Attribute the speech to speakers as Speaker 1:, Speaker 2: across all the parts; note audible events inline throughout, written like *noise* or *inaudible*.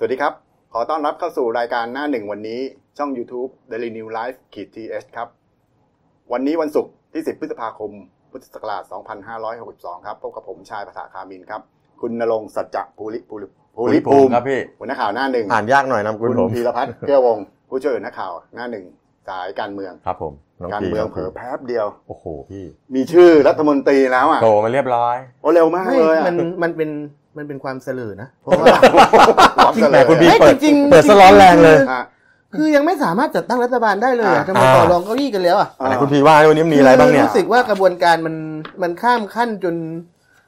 Speaker 1: สวัสดีครับ ขอต้อนรับเข้าสู่รายการหน้าหนึ่งวันนี้ช่อง YouTube Daily New Life ขีดทีครับ วันนี้วันศุกร์ที่ 10 พฤษภาคม พุทธศักราช 2562 ครับ พบกับผมชายภาษาคามินครับ คุณณรงค์สัจจะภูริภูริภูริภูมิ
Speaker 2: ครับพี่
Speaker 1: หัวหน้าข่าวหน้าหนึ่ง
Speaker 2: อ่านยากหน่อยนะคุณ
Speaker 1: คุณ
Speaker 2: ผม
Speaker 1: พีรพัฒน์เกื้อวงศ์ผู้ช่วยหัวหน้าข่าวหน้าหนึ่งสายการเมือง
Speaker 2: ครับผมน้
Speaker 1: การ
Speaker 2: พี
Speaker 1: เมือง
Speaker 2: คบ
Speaker 1: เผลอแป๊บเดียว
Speaker 2: โอ้โหพี่
Speaker 1: มีชื่อรัฐมนตรีแล้วอ่ะ
Speaker 2: โตมาเรียบร้อย
Speaker 1: โอ้เร็วมาก
Speaker 3: ไม่
Speaker 1: เลยอะ
Speaker 3: มัน มันเป็น มันเป็นความเสลอนะ เพราะว่า
Speaker 1: รับเสนอ
Speaker 2: แหมคุณบี
Speaker 3: เอ้ย
Speaker 2: เปิด
Speaker 3: จริงๆ
Speaker 2: เปิด
Speaker 3: จริง
Speaker 2: ส
Speaker 3: ๆ
Speaker 2: ล้อนแรงเลย
Speaker 3: คือ
Speaker 1: อ่ะ
Speaker 3: คือยังไม่สามารถจัดตั้งรัฐบาลได้เลยอะ
Speaker 1: อ่า
Speaker 3: ทำไมต่อรองเก้าอี้กันแล้วอ่ะ
Speaker 2: อะไรคุณพีว่าวันนี้มีอะไรบ้างเนี่ย
Speaker 3: รู้สึกว่ากระบวนการมัน มันข้ามขั้นจน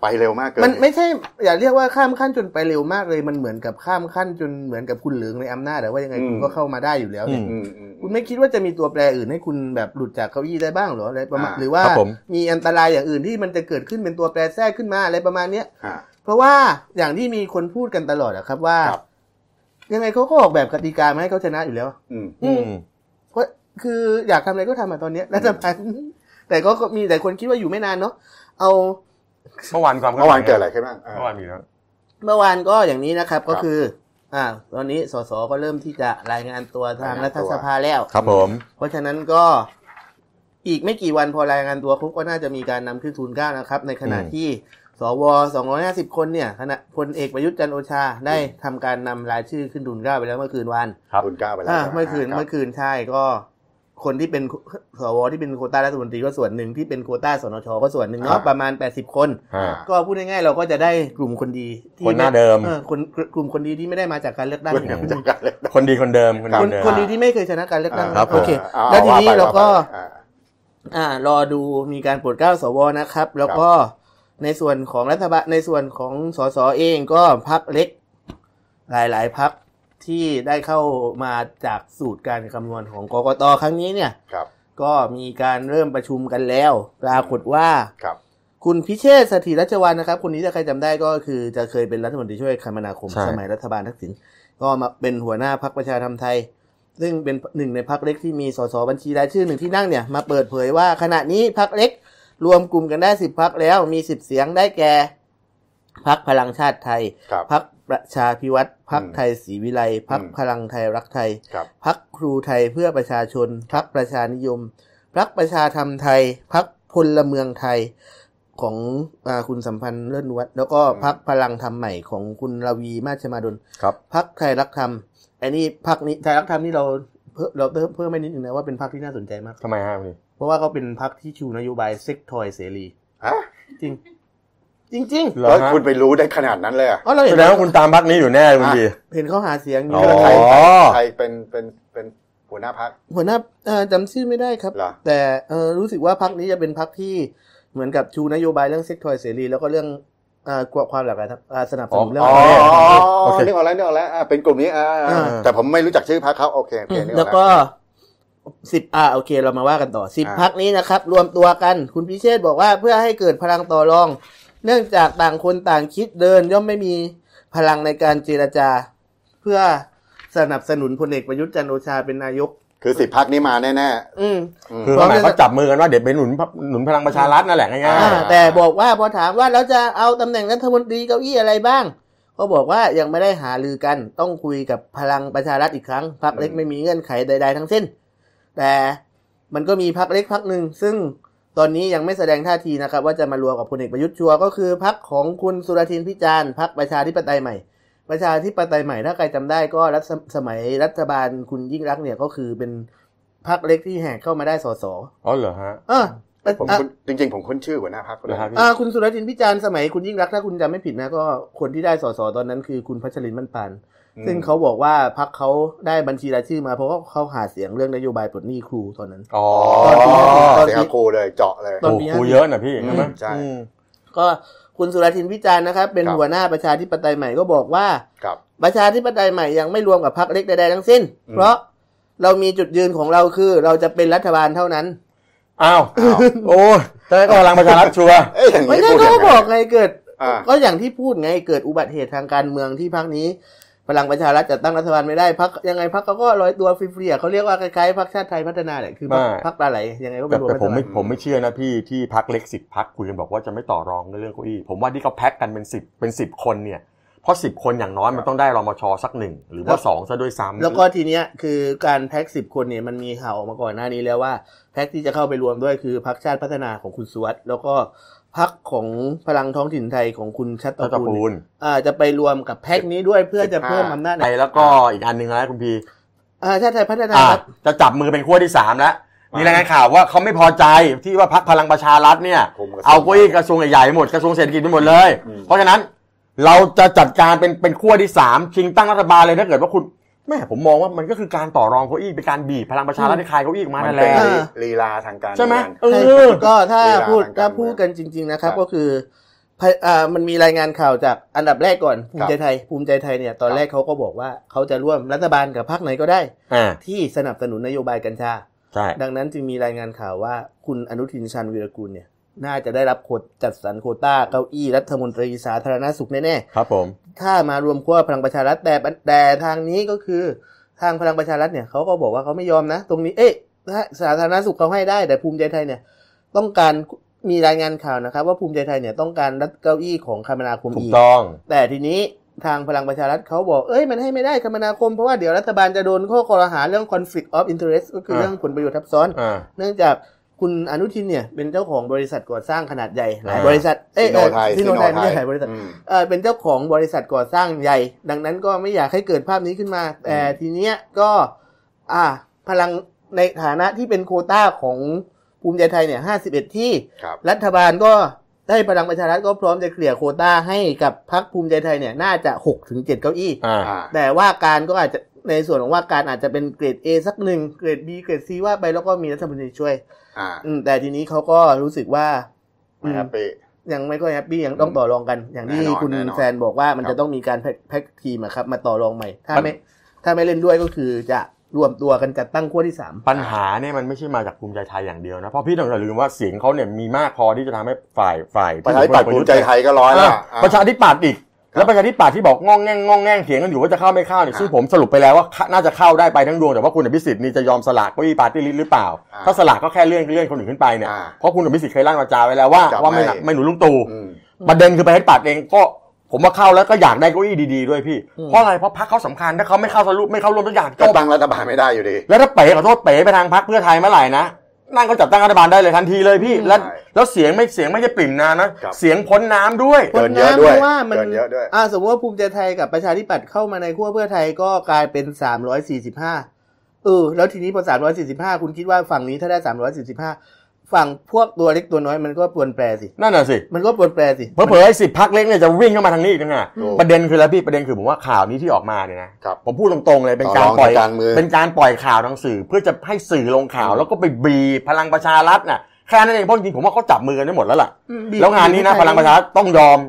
Speaker 1: ไปเร็วมากเกิน
Speaker 3: มันไม่ใช่ อย่าเรียกว่าข้ามขั้นจนไปเร็วมากเลย มันเหมือนกับข้ามขั้นจนเหมือนกับคุณเหลืองในอำนาจแต่ว่ายังไง
Speaker 1: อืม
Speaker 3: คุณก็เข้ามาได้อยู่แล้วเนี่ย
Speaker 1: อืมอืม
Speaker 3: คุณไม่คิดว่าจะมีตัวแปรอื่นให้คุณแบบหลุดจากเก้าอี้ได้บ้างเหรออะไรประมาณ
Speaker 1: อ่า
Speaker 3: หรือว่า
Speaker 2: ครับผม
Speaker 3: มีอันตรายอย่างอื่นที่มันจะเกิดขึ้นเป็นตัวแปรแทรกขึ้นมาอะไรประมาณเนี้ย
Speaker 1: อ่ะ
Speaker 3: เพราะว่าอย่างที่มีคนพูดกันตลอดอะครับว่า
Speaker 1: ครับ
Speaker 3: ยังไงเขาก็ออกแบบกติกามาให้เขาชนะอยู่แล้ว
Speaker 1: อืม
Speaker 2: อืม
Speaker 3: ก็คืออยากทำอะไรก็ทำมาตอนเนี้ยรัฐบาล *laughs* แต่ก็มีแต่คนคิดว่าอยู่ไม่นานเนาะเอา
Speaker 2: เมื่อวานความคลื่
Speaker 1: เมื่อวานเกิดอะไรขึ้นบ้างเออ
Speaker 2: เมื่อวานมีแล้ว
Speaker 3: เมื่อวานก็อย่างนี้นะครับก็
Speaker 1: ครับ
Speaker 3: คือ อ่า ตอนนี้สสก็เริ่มที่จะรายงานตัวทาง
Speaker 1: รายงานตัว
Speaker 3: รัฐสภาแล้ว
Speaker 2: ครับผม
Speaker 3: เพราะฉะนั้นก็อีกไม่กี่วันพอรายงานตัวคุกก็น่าจะมีการนำขึ้นทูลเกล้านะครับ ในขณะ
Speaker 2: อืม
Speaker 3: ที่สว250 คนเนี่ยคณะพลเอกประยุทธ์จันทร์โอชาได้ทำการนำรายชื่อขึ้นทูลเกล้าไปแล้วเมื่อคืนวัน
Speaker 2: ครับ
Speaker 1: คุณกล้าไปแล้ว
Speaker 3: อ่า
Speaker 1: ใช่ห
Speaker 3: เมื่อคืน
Speaker 1: รับ
Speaker 3: เมื่อคืนใช่ก็ คนที่เป็นสวที่เป็นโควต้ารัฐมนตรีก็ส่วนหนึ่งที่เป็นโควต้าสนชก็ส่วนหนึ่งเนาะประมาณ 80 คน
Speaker 2: อ่า
Speaker 3: ก็พูดง่ายๆเราก็จะได้กลุ่มคนดีที่
Speaker 2: คนหน้าเดิม
Speaker 3: ออคนกลุ่มคนดีที่ไม่ได้มาจากการเลือกตั้ง
Speaker 1: คุณกล้าไปจัดการเลย
Speaker 2: คนดีคนเดิมคน
Speaker 3: ค
Speaker 2: ดี
Speaker 3: น
Speaker 2: เดิม
Speaker 3: คนดีที่ไม่เคยชนะการเลือกตั้ง
Speaker 1: ครับผม
Speaker 3: โอเค
Speaker 1: เอา
Speaker 3: แล้วทีนี้
Speaker 1: ว่ไป
Speaker 3: เราก็
Speaker 1: ว่ไปอ่า
Speaker 3: อ่ารอดูมีการโปรดเกล้าสวนะครับ แล้วก็ในส่วนของรัฐบาลในส่วนของสสเองก็พักเล็ก หลาย ๆพักที่ได้เข้ามาจากสูตรการคำนวณของกกตครั้งนี้เนี่ย
Speaker 1: ครับ
Speaker 3: ก็มีการเริ่มประชุมกันแล้ว ปรากฏว่า
Speaker 1: ครับ
Speaker 3: คุณพิเชษฐ์สถิรัชวานนะครับ คนนี้ถ้าใครจำได้ก็คือจะเคยเป็นรัฐมนตรีช่วยคมนาคม
Speaker 2: ใช่
Speaker 3: สมัยรัฐบาลทักษิณก็มาเป็นหัวหน้าพักประชาธรรมไทย ซึ่งเป็นหนึ่งในพักเล็กที่มีสสบัญชีรายชื่อหนึ่งที่นั่งเนี่ยมาเปิดเผยว่าขณะนี้พักเล็ก รวมกลุ่มกันได้สิบพักแล้วมีสิบเสียงได้แก่พักพลังชาติไทย
Speaker 1: ครับ
Speaker 3: พักประชาพิวัตรพัก
Speaker 1: อืม
Speaker 3: ไทยศรีวิไลย์พัก
Speaker 1: อืม
Speaker 3: พลังไทยรักไทย
Speaker 1: ครับ
Speaker 3: พักครูไทยเพื่อประชาชน พักประชานิยม พักประชาธรรมไทย พักพลเมืองไทยของอาคุณสัมพันธ์เลิศนุวัฒน์แล้วก็พักพลังธรรมใหม่ของคุณรวีมาชมาดล
Speaker 2: ครับ
Speaker 3: พักไทยรักธรรมไอ้นี่พักนี้ไทยรักธรรมนี่เราเพิ่มเราเพิ่มเพิ่มไปนิดนึงนะว่าเป็นพักที่น่าสนใจมาก
Speaker 2: ทำไมฮะคุณพี่
Speaker 3: เพราะว่าเขาเป็นพักที่ชูนโยบายเซ็กทอยเสรี
Speaker 1: ฮะ
Speaker 3: จริง จริงจริง
Speaker 2: เหร
Speaker 1: แล้
Speaker 2: อ
Speaker 1: ว
Speaker 2: ฮะ
Speaker 1: คุณไปรู้ได้ขนาดนั้นเลยเหรอ
Speaker 3: ๆอ๋อเราเห็
Speaker 2: แส
Speaker 3: น
Speaker 2: ดงว่าคุณตามพักนี้อยู่แน่คุณพี
Speaker 3: เห็นเขาหาเสียงอ
Speaker 2: อ๋
Speaker 3: ยู่
Speaker 2: อ
Speaker 3: ใคร
Speaker 1: ใครเป็นเป็นเป็นหัวหน้าพัก
Speaker 3: หัวหน้าเอ่อจำชื่อไม่ได้ครับ
Speaker 1: เหรอ
Speaker 3: แต่เอ่อรู้สึกว่าพักนี้จะเป็นพักที่เหมือนกับชูนโยบายเรื่องเซ็กทอยเสรี แล้วก็เรื่องเอ่อกวความหลากหลายทางอ่าสนับสนุนเรื่อง
Speaker 1: อ๋อ
Speaker 3: อะไร
Speaker 2: โอเค
Speaker 1: นึกออกแล้วนึกออกแล้วอ่าเป็นกลุ่มนี้อ่า
Speaker 3: อ่า
Speaker 1: แต่ผมไม่รู้จักชื่อพักเขาโอเคโอเคนึกอ
Speaker 3: แล้
Speaker 1: อ
Speaker 3: ว
Speaker 1: ก
Speaker 3: ก็
Speaker 1: แล้ว
Speaker 3: สิบอ่าโอเคเรามาว่ากันต่อสิบ
Speaker 1: อ่า
Speaker 3: พักนี้นะครับ รวมตัวกันคุณพิเชษฐ์บอกว่าเพื่อให้เกิดพลังต่อรอง เนื่องจากต่างคนต่างคิดเดิน ย่อมไม่มีพลังในการเจรจา เพื่อสนับสนุนพลเอกประยุทธ์จันทร์โอชาเป็นนายก
Speaker 1: คือสิบพักนี้มาแน่
Speaker 3: อืม
Speaker 2: คือสมัยเขาจับมือกันว่าเดี๋ยวไปหนุนพรรคหนุนพลังประชารัฐนั่นแหละง่าย
Speaker 3: อ่า
Speaker 1: อ่า
Speaker 3: แต่บอกว่าพอถามว่าแล้วจะเอาตำแหน่งรัฐมนตรีเก้าอี้อะไรบ้าง ก็บอกว่ายังไม่ได้หารือกันต้องคุยกับพลังประชารัฐอีกครั้งพรรคเล็ก
Speaker 1: อืม
Speaker 3: ไม่มีเงื่อนไขใด ๆ ทั้งสิ้น แต่มันก็มีพรรคเล็กพรรคหนึ่งซึ่งตอนนี้ยังไม่แสดงท่าทีนะครับ ว่าจะมารวมกับพลเอกประยุทธ์ชัวร์ก็คือพรรคของคุณสุรทินพิจารณ์พรรคประชาธิปไตยใหม่ ประชาธิปไตยใหม่ถ้าใครจำได้ก็รัฐสสมัยรัฐบาลคุณยิ่งรักษณ์เนี่ยก็คือเป็นพรรคเล็กที่แหกเข้ามาได้สส
Speaker 2: ๆอ๋อเหรอฮะ
Speaker 3: เออ
Speaker 1: ๆผม
Speaker 3: อ่ะ
Speaker 1: คุ้นจริง ๆ ผมคุ้นชื่อหัวหน้าพักเขาเลย
Speaker 2: เหรอครับ
Speaker 3: อ่าคุณสุรจินพิจารณ์สมัยคุณยิ่งรักษณ์ถ้าคุณจำไม่ผิดนะก็คนที่ได้สสตอนนั้นคือคุณพัชรินมั่นปาน
Speaker 1: อืม
Speaker 3: ซึ่งเขาบอกว่าพักเขาได้บัญชีรายชื่อมาเพราะว่าเขาหาเสียงเรื่องนโยบายปลดหนี้ครูตอนนั้น
Speaker 2: อ๋อ
Speaker 1: อ๋อ
Speaker 3: ตอนที่
Speaker 1: เสียงครูเลยเจาะเลย
Speaker 3: ตอน
Speaker 2: โอ้
Speaker 3: ปี
Speaker 2: ครู
Speaker 3: ห้าสิบ
Speaker 2: เยอะนะพี่ใช่ไหม
Speaker 1: ใช่
Speaker 2: อืม
Speaker 3: ก็คุณสุรจินพิจารณ์นะครับเป็น
Speaker 1: ครับ
Speaker 3: หัวหน้าประชาธิปไตยใหม่ก็บอกว่า
Speaker 1: ครับ
Speaker 3: ประชาธิปไตยใหม่ยังไม่รวมกับพรรคเล็กใดๆทั้งสิ้น
Speaker 1: อืม
Speaker 3: เพราะเรามีจุดยืนของเราคือเราจะเป็นรัฐบาลเท่านั้น
Speaker 2: อ้าวโอ้ยแต่ก็พลังประชารัฐชัวร์
Speaker 1: เอ้ยอย่าง
Speaker 3: ไม่
Speaker 1: นี้
Speaker 3: ได้
Speaker 1: พูดยังไง
Speaker 3: ก็บอกไงเกิด
Speaker 1: อ่า
Speaker 3: ก็อย่างที่พูดไงเกิดอุบัติเหตุทางการเมืองที่พรรคนี้ พลังประชารัฐจัดตั้งรัฐบาลไม่ได้พรรคยังไงพรรคเขาก็ลอยตัวฟรีๆอ่ะเขาเรียกว่าคล้ายๆพรรคชาติไทยพัฒนาแหละคือพรรค
Speaker 2: ไม่
Speaker 3: พรรคปลาไหลยังไงก็เป็
Speaker 2: แต่
Speaker 3: นรวม
Speaker 2: แต่ผมไม่
Speaker 3: รัฐบาล
Speaker 2: ผมไม่เชื่อนะพี่ที่พักเล็กสิบพักคุยกันบอกว่าจะไม่ต่อรองเรื่องเก้าอี้ผมว่าที่เขาแพ็กกันเป็นสิบเป็นสิบคนเนี่ย เพราะสิบคนอย่างน้อยมันต้องได้รมชสักหนึ่งหรือว่าสองซะด้วยซ้ำ
Speaker 3: แล้วก็ทีเนี้ยคือการแพ็กสิบคนเนี่ยมันมีข่าวออกมาก่อนหน้านี้แล้วว่าแพ็กที่จะเข้าไปรวมด้วยคือพักชาติพัฒนาของคุณสุวัสด์แล้วก็พักของพลังท้องถิ่นไทยของคุณชัตต
Speaker 2: ก็จะ
Speaker 3: พูล
Speaker 2: ปู
Speaker 3: เนี่ย
Speaker 2: น
Speaker 3: อ่าจะไปรวมกับแพ็กนี้ด้วยเพื่อจะเพิ่มอำนาจ
Speaker 2: ไปแล้วก็อีกอันหนึ่งนะคุณพี
Speaker 3: อ่าชาติไทยพัฒนา
Speaker 2: อ่ะ
Speaker 3: ครับ
Speaker 2: จะจับมือเป็นขั้วที่สามแล้วมีรายงานข่าวว่าเขาไม่พอใจที่ว่าพักพลังประชารัฐเนี่ย
Speaker 1: ผมกับ
Speaker 2: เอาเก้าอี้กระทรวงใหญ่ๆหมดกระทรวงเศรษฐกิจไปหมดเลย
Speaker 1: อืม
Speaker 2: เพราะฉะนั้นเราจะจัดการเป็นเป็นขั้วที่สามชิงตั้งรัฐบาลเลยถ้าเกิดว่าคุณแม่ผมมองว่ามันก็คือการต่อรองเก้าอี้เป็นการบีบพลังประชารัฐให้คลายเก้าอี้ออกมา
Speaker 1: มั
Speaker 2: นั่
Speaker 1: น
Speaker 2: นแห
Speaker 1: เป็น
Speaker 2: ละ
Speaker 3: ออ
Speaker 1: ลีลาทางการ
Speaker 2: ใช่ไหม
Speaker 1: เอง
Speaker 2: เอ
Speaker 3: ใช่
Speaker 2: อ
Speaker 3: ก็ถ้า
Speaker 1: เวลา
Speaker 3: พูด
Speaker 1: ทางการ
Speaker 3: ถ้าพูดกันจริง ๆนะครั
Speaker 1: ค
Speaker 3: บ
Speaker 1: รับ
Speaker 3: ก็คือพะอ่ามันมีรายงานข่าวจากอันดับแรกก่อนภูมิใจไทย ภูมิใจไทยเนี่ยตอน
Speaker 1: ครับ
Speaker 3: แรกเขาก็บอกว่าเขาจะร่วมรัฐบาลกับพรรคไหนก็ได้
Speaker 2: อ่า
Speaker 3: ที่สนับสนุนนโยบายกัญชา
Speaker 2: ใช่
Speaker 3: ดังนั้นจึงมีรายงานข่าวว่าคุณอนุทินชาญวีรกูลเนี่ย น่าจะได้รับโควตจัดสรรโควต้าเก้าอี้รัฐมนตรีสาธารณสุขแน่
Speaker 2: ครับผม
Speaker 3: ๆ ถ้ามารวมขั้วพลังประชารัฐแต่แต่ทางนี้ก็คือทางพลังประชารัฐเนี่ยเขาก็บอกว่าเขาไม่ยอมนะ ตรงนี้เอ๊ะสาธารณสุขเขาให้ได้แต่ภูมิใจไทยเนี่ย ต้องการมีรายงานข่าวนะครับ ว่าภูมิใจไทยเนี่ยต้องการรัฐเก้าอี้ของคมนาคม
Speaker 2: ถูก
Speaker 3: อีก
Speaker 2: ต้อง
Speaker 3: แต่ทีนี้ทางพลังประชารัฐเขาบอก เอ้ยมันให้ไม่ได้คมนาคม เพราะว่าเดี๋ยวรัฐบาลจะโดนข้อกล่าวหาเรื่อง conflict of interest ก็คือ
Speaker 2: เออ
Speaker 3: เรื่องผลประโยชน์ทับซ้อน
Speaker 2: อ่า
Speaker 3: เนื่องจากคุณอนุทินเนี่ยเป็นเจ้าของบริษัทก่อสร้างขนาดใหญ่หลาย
Speaker 2: อ่า
Speaker 3: บริษัทเอ้ย
Speaker 1: ซิโนไทย
Speaker 3: ซิโนไทยไม่ใช่หลายบริษัท
Speaker 1: อืม
Speaker 3: เออเป็นเจ้าของบริษัทก่อสร้างใหญ่ ดังนั้นก็ไม่อยากให้เกิดภาพนี้ขึ้นมาแต่
Speaker 1: อืม
Speaker 3: ทีเนี้ยก็อ่าพลังในฐานะที่เป็นโควต้าของภูมิใจไทยเนี่ยห้าสิบเอ็ดที่
Speaker 1: ครับ
Speaker 3: รัฐบาลก็ได้พลังประชารัฐก็พร้อมจะเคลียร์โควต้าให้กับพรรคภูมิใจไทยเนี่ยน่าจะหกถึงเจ็ดเก้าอี้
Speaker 2: อ่า
Speaker 1: อ่า
Speaker 3: แต่ว่าการก็อาจจะในส่วนของว่าการอาจจะเป็นเกรด A สักหนึ่งเกรด B เกรด C ว่าไปแล้วก็มีรัฐมนตรีช่วย
Speaker 1: อ่า
Speaker 3: อืมแต่ทีนี้เขาก็รู้สึกว่าอืม
Speaker 1: แฮปปี้
Speaker 3: ยังไม่ค่อยแฮปปี้ยังต้องต่อรองกัน อย่างที่
Speaker 1: แน่นอน
Speaker 3: คุณ
Speaker 1: แน่นอน
Speaker 3: แซนบอกว่ามัน
Speaker 1: ครับ
Speaker 3: จะต้องมีการแพ็คแพ็คทีมอะครับมาต่อรองใหม่ ถ้า
Speaker 2: มัน
Speaker 3: ไม่ถ้าไม่เล่นด้วยก็คือจะรวมตัวกันจัดตั้งขั้วที่สาม
Speaker 2: ปัญหาเนี่ยมันไม่ใช่มาจากภูมิใจไทยอย่างเดียวนะ เพราะพี่ต้องอย่าลืมว่าเสียงเขาเนี่ยมีมากพอที่จะทำให้ฝ่ายฝ่าย
Speaker 1: ประชาธิปัตย์ภูมิใจไทยก็ร้อย
Speaker 2: อ่ะ
Speaker 1: แล้วอ่ะ
Speaker 2: ประชาธิปัตย์อีก แล้วประชาธิปัตย์ที่บอกงองแง่งงองแง่งเถียงกันอยู่ว่าจะเข้าไม่เข้าเนี่ย
Speaker 1: อ่ะ
Speaker 2: ซึ่งผมสรุปไปแล้วว่าน่าจะเข้าได้ไปทั้งดวงแต่ว่าคุณอภิสิทธิ์นี่จะยอมสละเก้าอี้ปาร์ตี้ลิสต์หรือเปล่า
Speaker 1: อ่ะ
Speaker 2: ถ้าสละก็แค่เลื่อนเลื่อนคนอื่นขึ้นไปเนี่ย
Speaker 1: อ่ะ
Speaker 2: เพราะคุณอภิสิทธิ์เคยลั่นวาจาไว้แล้วว่า
Speaker 1: จะ
Speaker 2: ว่าไม่
Speaker 1: ไม่
Speaker 2: หนักไม่หนุนลุงตู่
Speaker 1: อืม
Speaker 2: ประเด็นคือประชาธิปัตย์เองก็ผมว่าเข้าแล้วก็อยากได้เก้าอี้ดีๆด้วยพี่
Speaker 3: อืม
Speaker 2: เพราะอะไรเพราะพรรคเขาสำคัญถ้าเขาไม่เข้าสรุปไม่เข้าร่วมทุกอย่างจ
Speaker 1: ก็
Speaker 2: บ
Speaker 1: ตั้งรัฐบาลไม่ได้อยู่ดี
Speaker 2: แล้วถ้าเป๋ขอโทษเป๋ไปทางพรรคเพื่อไทยเมื่อไหร่นะนั่นก็จัดตั้งรัฐบาลได้เลยทันทีเลยพี่ แล้ว
Speaker 1: ใช่
Speaker 2: แล้วเสียงไม่เสียงไม่ได้ปริ่มนานนะครับ เสียงพ้นน้ำด้วย
Speaker 1: เกินเยอะด้วย
Speaker 3: พราะว่ามัน
Speaker 1: เกินเยอะด้วย
Speaker 3: อ่าสมมติว่าภูมิใจไทยกับประชาธิปัตย์เข้ามาในขั้วเพื่อไทยก็กลายเป็น 345 เออ แล้วทีนี้พอ 345 คุณคิดว่าฝั่งนี้ถ้าได้ 345 ฝั่งพวกตัวเล็กตัวน้อยมันก็ปวนแปรสิ
Speaker 2: นั่นน่ะสิ
Speaker 3: มันก็ปวนแปรสิ
Speaker 2: เผลอๆไอ้สิบพักเล็กเนี่ยจะวิ่งเข้ามาทางนี้อีกนะ
Speaker 1: ถูก
Speaker 2: ประเด็นคืออะไรพี่ประเด็นคือผมว่าข่าวนี้ที่ออกมาเนี่ยนะครับ ผมพูดตรงๆเลยเป็น
Speaker 1: ต่อ
Speaker 2: การ
Speaker 1: รอง
Speaker 2: ปล่อย
Speaker 1: ทางการเมือง
Speaker 2: เป็นการปล่อยข่าวทางสื่อ เพื่อจะให้สื่อลงข่าว
Speaker 1: อืม
Speaker 2: แล้วก็ไปบีบพลังประชารัฐน่ะแค่นั้นเองเพราะจริงๆผมว่าเขาจับมือกันได้หมดแล้วล่ะ
Speaker 3: อืมบีบ
Speaker 2: แล้วงานนี้นะ
Speaker 3: บี
Speaker 2: พ
Speaker 3: บให้
Speaker 2: ลังประชารัฐต้องยอม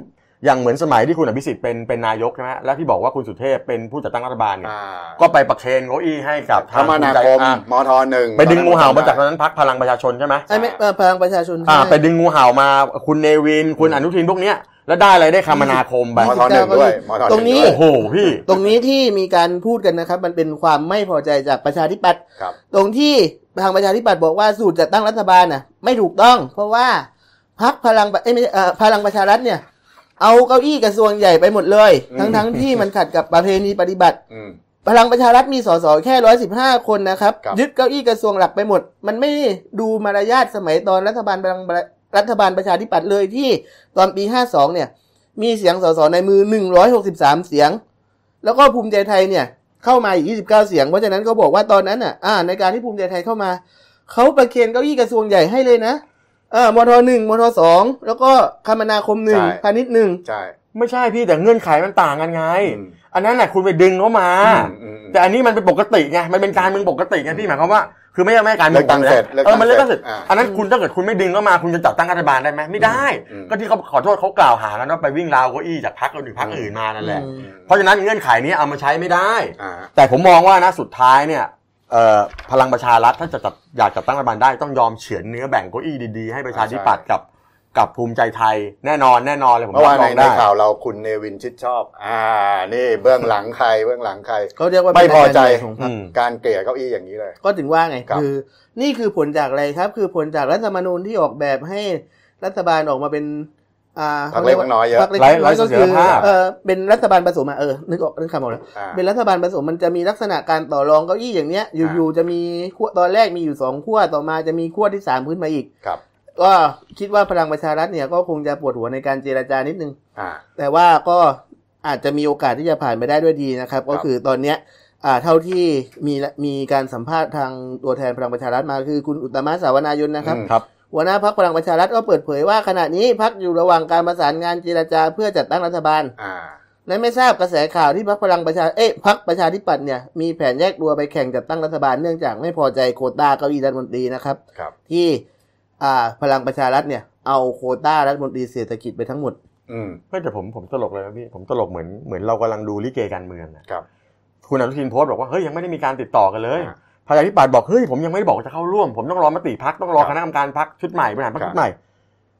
Speaker 2: อย่างเหมือนสมัยที่คุณอภิสิทธิ์เป็นเป็นนายกใช่ไหมแล้วที่บอกว่าคุณสุเทพเป็นผู้จัดตั้งรัฐบาลเนี่ย
Speaker 1: อ่า
Speaker 2: ก็ไปประเคนเก้าอี้ให้กับ
Speaker 1: คม
Speaker 2: ภู
Speaker 1: นา
Speaker 2: ใจ
Speaker 1: คม
Speaker 2: อ่ะ
Speaker 1: มทหนึ่ง
Speaker 2: ไปดึงงูเห่ามาจากตอนนั้นพักพลังประชาชนใช่ไหม
Speaker 3: ไอ้ไม่เอ่อพลังประชาชน
Speaker 2: อ่า
Speaker 3: ใช่
Speaker 2: ไปดึงงูเห่ามาคุณเนวินคุณอนุทินพวกเนี้ยแล้วได้อะไรได้คมนาคมไป
Speaker 1: มทหนึ่งด้วยมทห
Speaker 3: ตร
Speaker 1: นึ่
Speaker 3: ง
Speaker 1: ง
Speaker 3: นี้
Speaker 1: ด้วย
Speaker 2: โอ้โหพี่
Speaker 3: ตรงนี้ที่มีการพูดกันนะครับ มันเป็นความไม่พอใจจากประชาธิปัตย์
Speaker 1: ครับ
Speaker 3: ตรงที่ทางประชาธิปัตย์บอกว่าสูตรจัดตั้งรัฐบาลน่ะไม่ถูกต้อง เพราะว่าพักพลังประเอ้ยไม่ใช่เอ่อพลังประชารัฐเนี่ย เอาเก้าอี้กระทรวงใหญ่ไปหมดเลย
Speaker 1: อืม
Speaker 3: ทั้งทั้งที่มันขัดกับประเพณีปฏิบัติ
Speaker 1: อืม
Speaker 3: พลังประชารัฐมีสสแค่ร้อยสิบห้าคนนะครับ
Speaker 1: ครับ
Speaker 3: ยึดเก้าอี้กระทรวงหลักไปหมด มันไม่ดูมารยาทสมัยตอนรัฐบาลพลังรัฐบาลประชาธิปัตย์เลยที่ตอนปีห้าสองเนี่ย มีเสียงสสในมือหนึ่งร้อยหกสิบสามเสียง แล้วก็ภูมิใจไทยเนี่ยเข้ามาอีกยี่สิบเก้าเสียง เพราะฉะนั้นก็บอกว่าตอนนั้นน่ะอ่าในการที่ภูมิใจไทยเข้ามา เขาประเคนเก้าอี้กระทรวงใหญ่ให้เลยนะเออมทหนึ่งมทสองแล้วก็คมนาคมหนึ่ง
Speaker 1: ใช่
Speaker 3: พาณิชย์หนึ่ง
Speaker 1: ใช่
Speaker 2: ไม่ใช่พี่แต่เงื่อนไขมันต่างกันไง
Speaker 1: อืม
Speaker 2: อันนั้นน่ะคุณไปดึงเขามา
Speaker 1: อืมอืม
Speaker 2: แต่อันนี้มันเป็นปกติไง มันเป็นการเมืองปกติไงพี่หมายความว่า คือไม่ใช่ไม่ใช่การมื
Speaker 1: เลือกตั้งเสร็จ
Speaker 2: เออมันเลือกตั้งเสร็จ
Speaker 1: เลือกตั้งเสร็จอ่า
Speaker 2: อันนั้นคุณถ้าเกิดคุณไม่ดึงเข้ามา คุณจะจัดตั้งรัฐบาลได้ไหมไม่ได้
Speaker 1: อืม
Speaker 2: ก็ที่เขาขอโทษเขากล่าวหากันว่าไปวิ่งราวเก้าอี้จากพรรคอื่นพรรคอื่นมานั่นแหละ
Speaker 3: อืม
Speaker 2: เพราะฉะนั้นเงื่อนไขนี้เอามาใช้ไม่ได้
Speaker 1: อ่า
Speaker 2: แต่ผมมองว่านะสุดท้ายเนี่ยเอ่อพลังประชารัฐถ้าจะจัดอยากจัดตั้งรัฐบาลได้ต้องยอมเฉือนเนื้อแบ่งเก้าอี้ดีๆให้ประชาธิปัตย์กับกับภูมิใจไทยแน่นอนแน่นอนเลยผม
Speaker 1: เมื่อวาน
Speaker 2: รับ
Speaker 1: ใน
Speaker 2: รอง
Speaker 1: ใน
Speaker 2: ได้
Speaker 1: ข่าวเราคุณเนวินชิดชอบ อ่า นี่เบื้องหลังใครเบื้องหลังใคร
Speaker 3: เขาเรียกว่า
Speaker 1: ไม่พอใจ
Speaker 3: เป็นนายกของพรรค
Speaker 2: อืม
Speaker 1: การเกลี่ยเก้าอี้อย่างนี้เลย
Speaker 3: ก็ถึงว่าไง
Speaker 1: ครับ
Speaker 3: คือนี่คือผลจากอะไรครับ คือผลจากรัฐธรรมนูญที่ออกแบบให้รัฐบาลออกมาเป็น อ่า
Speaker 1: พรรคเล็กพรรคน้อยเยอะ
Speaker 3: พรรคเล็กพรรคน้อยก็คือ
Speaker 2: ไร้ไร้เสถียรภาพ
Speaker 3: เออเป็นรัฐบาลผสมอ่ะเออนึกออกนึกคำออกแล้ว
Speaker 1: อ่า
Speaker 3: เป็นรัฐบาลผสมมันจะมีลักษณะการต่อรองเก้าอี้อย่างเนี้ย
Speaker 1: อ่า
Speaker 3: อยู่ๆจะมีขั้วตอนแรกมีอยู่สองขั้วต่อมาจะมีขั้วที่สามขึ้นมาอีก
Speaker 1: ครับ
Speaker 3: ก็คิดว่าพลังประชารัฐเนี่ยก็คงจะปวดหัวในการเจรจานิดนึง
Speaker 1: อ่า
Speaker 3: แต่ว่าก็อาจจะมีโอกาสที่จะผ่านไปได้ด้วยดีนะครับ ก็คือตอนเนี้ยอ่าเท่าที่มีมีการสัมภาษณ์ทางตัวแทนพลังประชารัฐมาคือคุณอุตตมะสาวนายนนะครับ
Speaker 1: อืม
Speaker 2: ครับ
Speaker 3: หัวหน้าพักพลังประชารัฐก็เปิดเผยว่าขณะนี้พักอยู่ระหว่างการประสานงานเจรจาเพื่อจัดตั้งรัฐบาล
Speaker 1: อ่า
Speaker 3: และไม่ทราบกระแสข่าวที่พักพลังประชาเอ๊ะพักประชาธิปัตย์เนี่ยมีแผนแยกตัวไปแข่งจัดตั้งรัฐบาลเนื่องจากไม่พอใจโควต้าเก้าอี้รัฐมนตรีนะครับ
Speaker 1: ครับ
Speaker 3: ที่อ่าพลังประชารัฐเนี่ยเอาโควต้ารัฐมนตรีเศรษฐกิจไปทั้งหมด
Speaker 1: อืม
Speaker 2: ไม่แต่ผมผมตลกเลยนะพี่ผมตลกเหมือนเหมือนเรากำลังดูลิเกการเมืองนะครับ คุณอนุทินโพสต์บอกว่าเฮ้ยยังไม่ได้มีการติดต่อกันเลย
Speaker 1: อ่า
Speaker 2: พรรคธิปัตย์บอกเฮ้ยผมยังไม่ได้บอกว่าจะเข้าร่วม ผมต้องรอมติพักต้องรอ
Speaker 1: ครับ
Speaker 2: คณะกรรมการพักชุดใหม่บริหารพรรค
Speaker 1: ครับ
Speaker 2: ชุดใหม่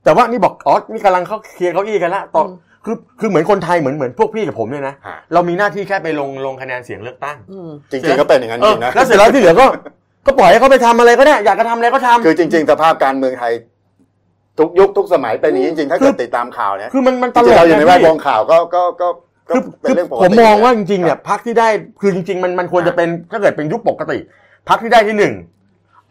Speaker 2: แต่ว่านี่บอกอ๋อนี่กำลังเขาเคลียร์เก้าอี้กันละต่ออ
Speaker 3: ม
Speaker 2: คือคือเหมือนคนไทยเหมือนเหมือนพวกพี่กับผมเนี่ยนะ
Speaker 1: อ่า
Speaker 2: เรามีหน้าที่แค่ไปลงลงคะแนนเสียงเลือกตั้ง
Speaker 3: อืม
Speaker 1: จริงๆก็เป็นอย่างนั้นจ
Speaker 2: เออ
Speaker 1: ริงนะ
Speaker 2: แล้วเสร็จแล้วที่เหลือก็ก็ปล่อยให้เขาไปทำอะไรก็ได้อยากจะทำอะไรก็ทำ
Speaker 1: คือจริง ๆ สภาพการเมืองไทย ทุกยุคทุกสมัยเป็นอย่างนี้จริงๆ ถ้า
Speaker 2: คื
Speaker 1: เกิ
Speaker 2: อ
Speaker 1: ดติดตามข่าวเนี่ย
Speaker 2: คือมันมันต
Speaker 1: จริ
Speaker 2: ล
Speaker 1: งๆ
Speaker 2: ก
Speaker 1: เราอยู่ใน
Speaker 2: นะ
Speaker 1: แวด
Speaker 2: พี่
Speaker 1: วงข่าวก็ก็ก็ก็
Speaker 2: คือ
Speaker 1: เป็นเรื่องปกติ
Speaker 2: ผมมองว่าจริงๆ
Speaker 1: ะ
Speaker 2: เนี่ยพักที่ได้คือจริง ๆ มันมันควร
Speaker 1: อ่ะ
Speaker 2: จะเป็นถ้าเกิดเป็นยุคปกติพักที่ได้ที่หนึ่ง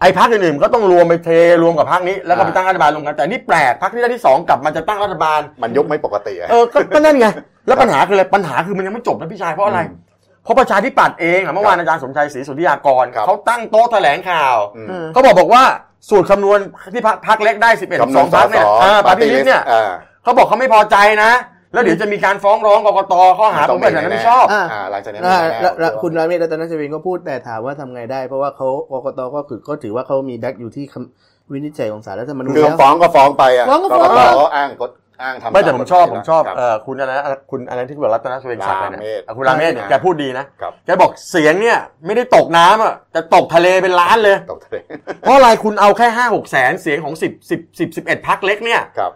Speaker 2: ไอ้พักอื่นๆก็ต้องรวมไปเทรวมกับพักนี้แล้วก็ไปตั้งรัฐบาลรวมกันแต่นี่แปลกพักที่ได้ที่สองกลับมาจะตั้งรัฐบาล
Speaker 1: มันยุคไม่ปกติอะ
Speaker 2: เออก็ก็นั่นไงแล้วปัญหาคืออะไรปัญหาคือมันยังไม่จบนะพี่ชายเพราะอะไร
Speaker 1: อืม
Speaker 2: เพราะประชาธิปัตย์เองอะเมื่อวานอาจารย์สมชัยศรีสุทธิยากร
Speaker 1: ครับ
Speaker 2: เขาตั้งโต๊ะแถลงข่าว
Speaker 1: อืม
Speaker 3: เออ
Speaker 2: เขาบอกบอกว่าสูตรคำนวณที่พักพักเล็กได้สิบเอ็ดสองพักเนี่ย
Speaker 1: ส
Speaker 2: เออปาร์ตี้ลิ
Speaker 1: ลิ
Speaker 2: ส
Speaker 1: ส
Speaker 2: ต์เนี่ย
Speaker 1: อ่า
Speaker 2: เขาบอกเขาไม่พอใจนะ แล้วเดี๋ยวจะมีการฟ้องร้องกกตข้อหาผมแบบนั้นไม่ชอบ
Speaker 3: อ่ะ
Speaker 1: อ่าหลังจากนี้
Speaker 3: อ่า
Speaker 1: ไม่ได้
Speaker 3: แล้วแล้ว
Speaker 1: ผม
Speaker 3: คุณร้อยเมตรรัตนชเวนก็พูดแต่ถามว่าทำไงได้ เพราะว่าเขากกตก็คือก็ถือว่าเขามีแบ็กอยู่ที่คำวินิจฉัยของศาลรัฐธรรมนูญ
Speaker 1: คือ
Speaker 3: แล้ว
Speaker 1: ฟ้องก็ฟ้องไปอ่ะ
Speaker 3: ฟ้องก็ฟ้อง
Speaker 1: กตก็อ้างกฎอ้างทำ
Speaker 2: ไม่แต่ผมชอบผมชอบ
Speaker 1: ครับ
Speaker 2: เอ่อคุณอะไรนะคุณอะไรที่คุณรัตนชเวงศักดิ์อะ
Speaker 1: ร
Speaker 2: ไร
Speaker 1: าเมศ
Speaker 2: เนี่ยเอ่อคุณราเมศเนี่ย
Speaker 1: อ่า
Speaker 2: แกพูดดีนะครับ แกบอกเสียงเนี่ยไม่ได้ตกน้ำอ่ะแต่ตกทะเลเป็นล้านเลย
Speaker 1: ตกทะเล *laughs*
Speaker 2: เพราะอะไรคุณเอาแค่ห้าหกแสนเสียงของสิบสิบสิบสิบเอ็ดพักเล็กเนี่ย
Speaker 1: ครับ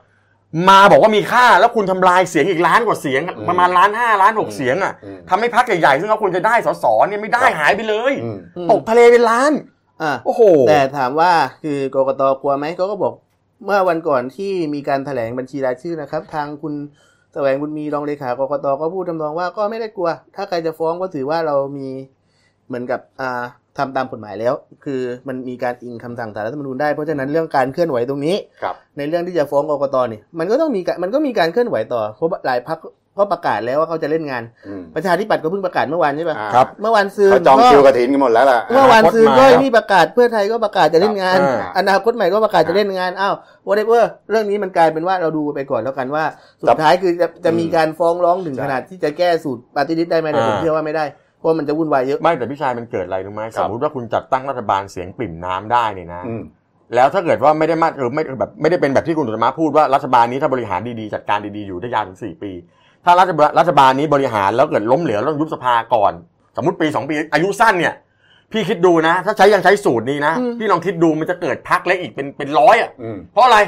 Speaker 2: มาบอกว่ามีค่าแล้วคุณทำลายเสียงอีกล้านกว่าเสียงอะ
Speaker 1: อืม
Speaker 2: ประมาณล้านห้าล้านหกเสียงอ่ะ
Speaker 1: อืม
Speaker 2: ทำให้พักใหญ่ๆซึ่งเขาควรจะได้สสเนี่ยไม่ได้
Speaker 1: ครับ
Speaker 2: หายไปเลย
Speaker 1: อืม
Speaker 2: ตกทะเลเป็นล้าน
Speaker 3: อ่า
Speaker 2: โอ้โห
Speaker 3: แต่ถามว่าคือกกตกลัวไหมเขาก็บอก เมื่อวันก่อนที่มีการแถลงบัญชีรายชื่อนะครับ ทางคุณแสวงบุญมีรองเลขากกตก็พูดทำนองว่าก็ไม่ได้กลัว ถ้าใครจะฟ้องก็ถือว่าเรามีเหมือนกับอ่าทำตามกฎหมายแล้ว คือมันมีการอิงคำสั่งสารรัฐธรรมนูญได้เพราะฉะนั้นเรื่องการเคลื่อนไหวตรงนี้
Speaker 1: ครับ
Speaker 3: ในเรื่องที่จะฟ้องกกตเนี่ยมันก็ต้องมีการมันก็มีการเคลื่อนไหวต่อเพราะหลายพักก็ประกาศแล้วว่าเขาจะเล่นงาน
Speaker 1: อืม
Speaker 3: ประชาธิปัตย์ก็เพิ่งประกาศเมื่อวานใช่ปะ
Speaker 1: อ่า
Speaker 2: ครับ
Speaker 3: เมื่อวานซื้
Speaker 1: เขาจองคิวกระถินกันหมดแล้วล่ะ
Speaker 3: เมื่อวานซื้อก็
Speaker 2: อนาคตใหม่
Speaker 3: ที่ประกาศเพื่อไทยก็ประกาศจะเล่นงาน
Speaker 2: อ่า
Speaker 3: อนาคตใหม่ก็ประกาศจะเล่นงานอ้าววอเตเวอร์เรื่องนี้มันกลายเป็นว่าเราดูไปก่อนแล้วกันว่า สุดท้ายคือจะจะมีการฟ้องร้องถึง
Speaker 1: ใช่
Speaker 3: ขนาดที่จะแก้สูตรปฏิริษีได้ไหมแต่ผม
Speaker 2: อ่า
Speaker 3: เชื่อว่าไม่ได้ เพราะมันจะวุ่นวายเยอะ
Speaker 2: ไม่แต่พี่ชายมันเกิดอะไรรู้ไหม
Speaker 1: ครั
Speaker 2: ส
Speaker 1: บ
Speaker 2: มมุติว่าคุณจัดตั้งรัฐบาลเสียงปริ่มน้ำได้เนี่ยนะ
Speaker 1: อืม
Speaker 2: แล้วถ้าเกิดว่าไม่ได้มาหรือไม่แบบไม่ได้เป็นแบบที่คุณอุตมะพูดว่ารัฐบาลนี้ถ้าบริหารดีๆจัดการดีๆอยู่ได้ยาวถึงสี่ปี ถ้ารัฐบาลรัฐบาลนี้บริหารแล้วเกิดล้มเหลวแล้วยุบสภาก่อน สมมติปีสองปีอายุสั้นเนี่ย พี่คิดดูนะ ถ้าใช้ยังใช้สูตรนี้นะ
Speaker 3: อืม
Speaker 2: พี่ลองคิดดูมันจะเกิดพักเล็กอีกเป็นเป็นร้อยอ่ะ
Speaker 1: อืม
Speaker 2: เพราะอะไร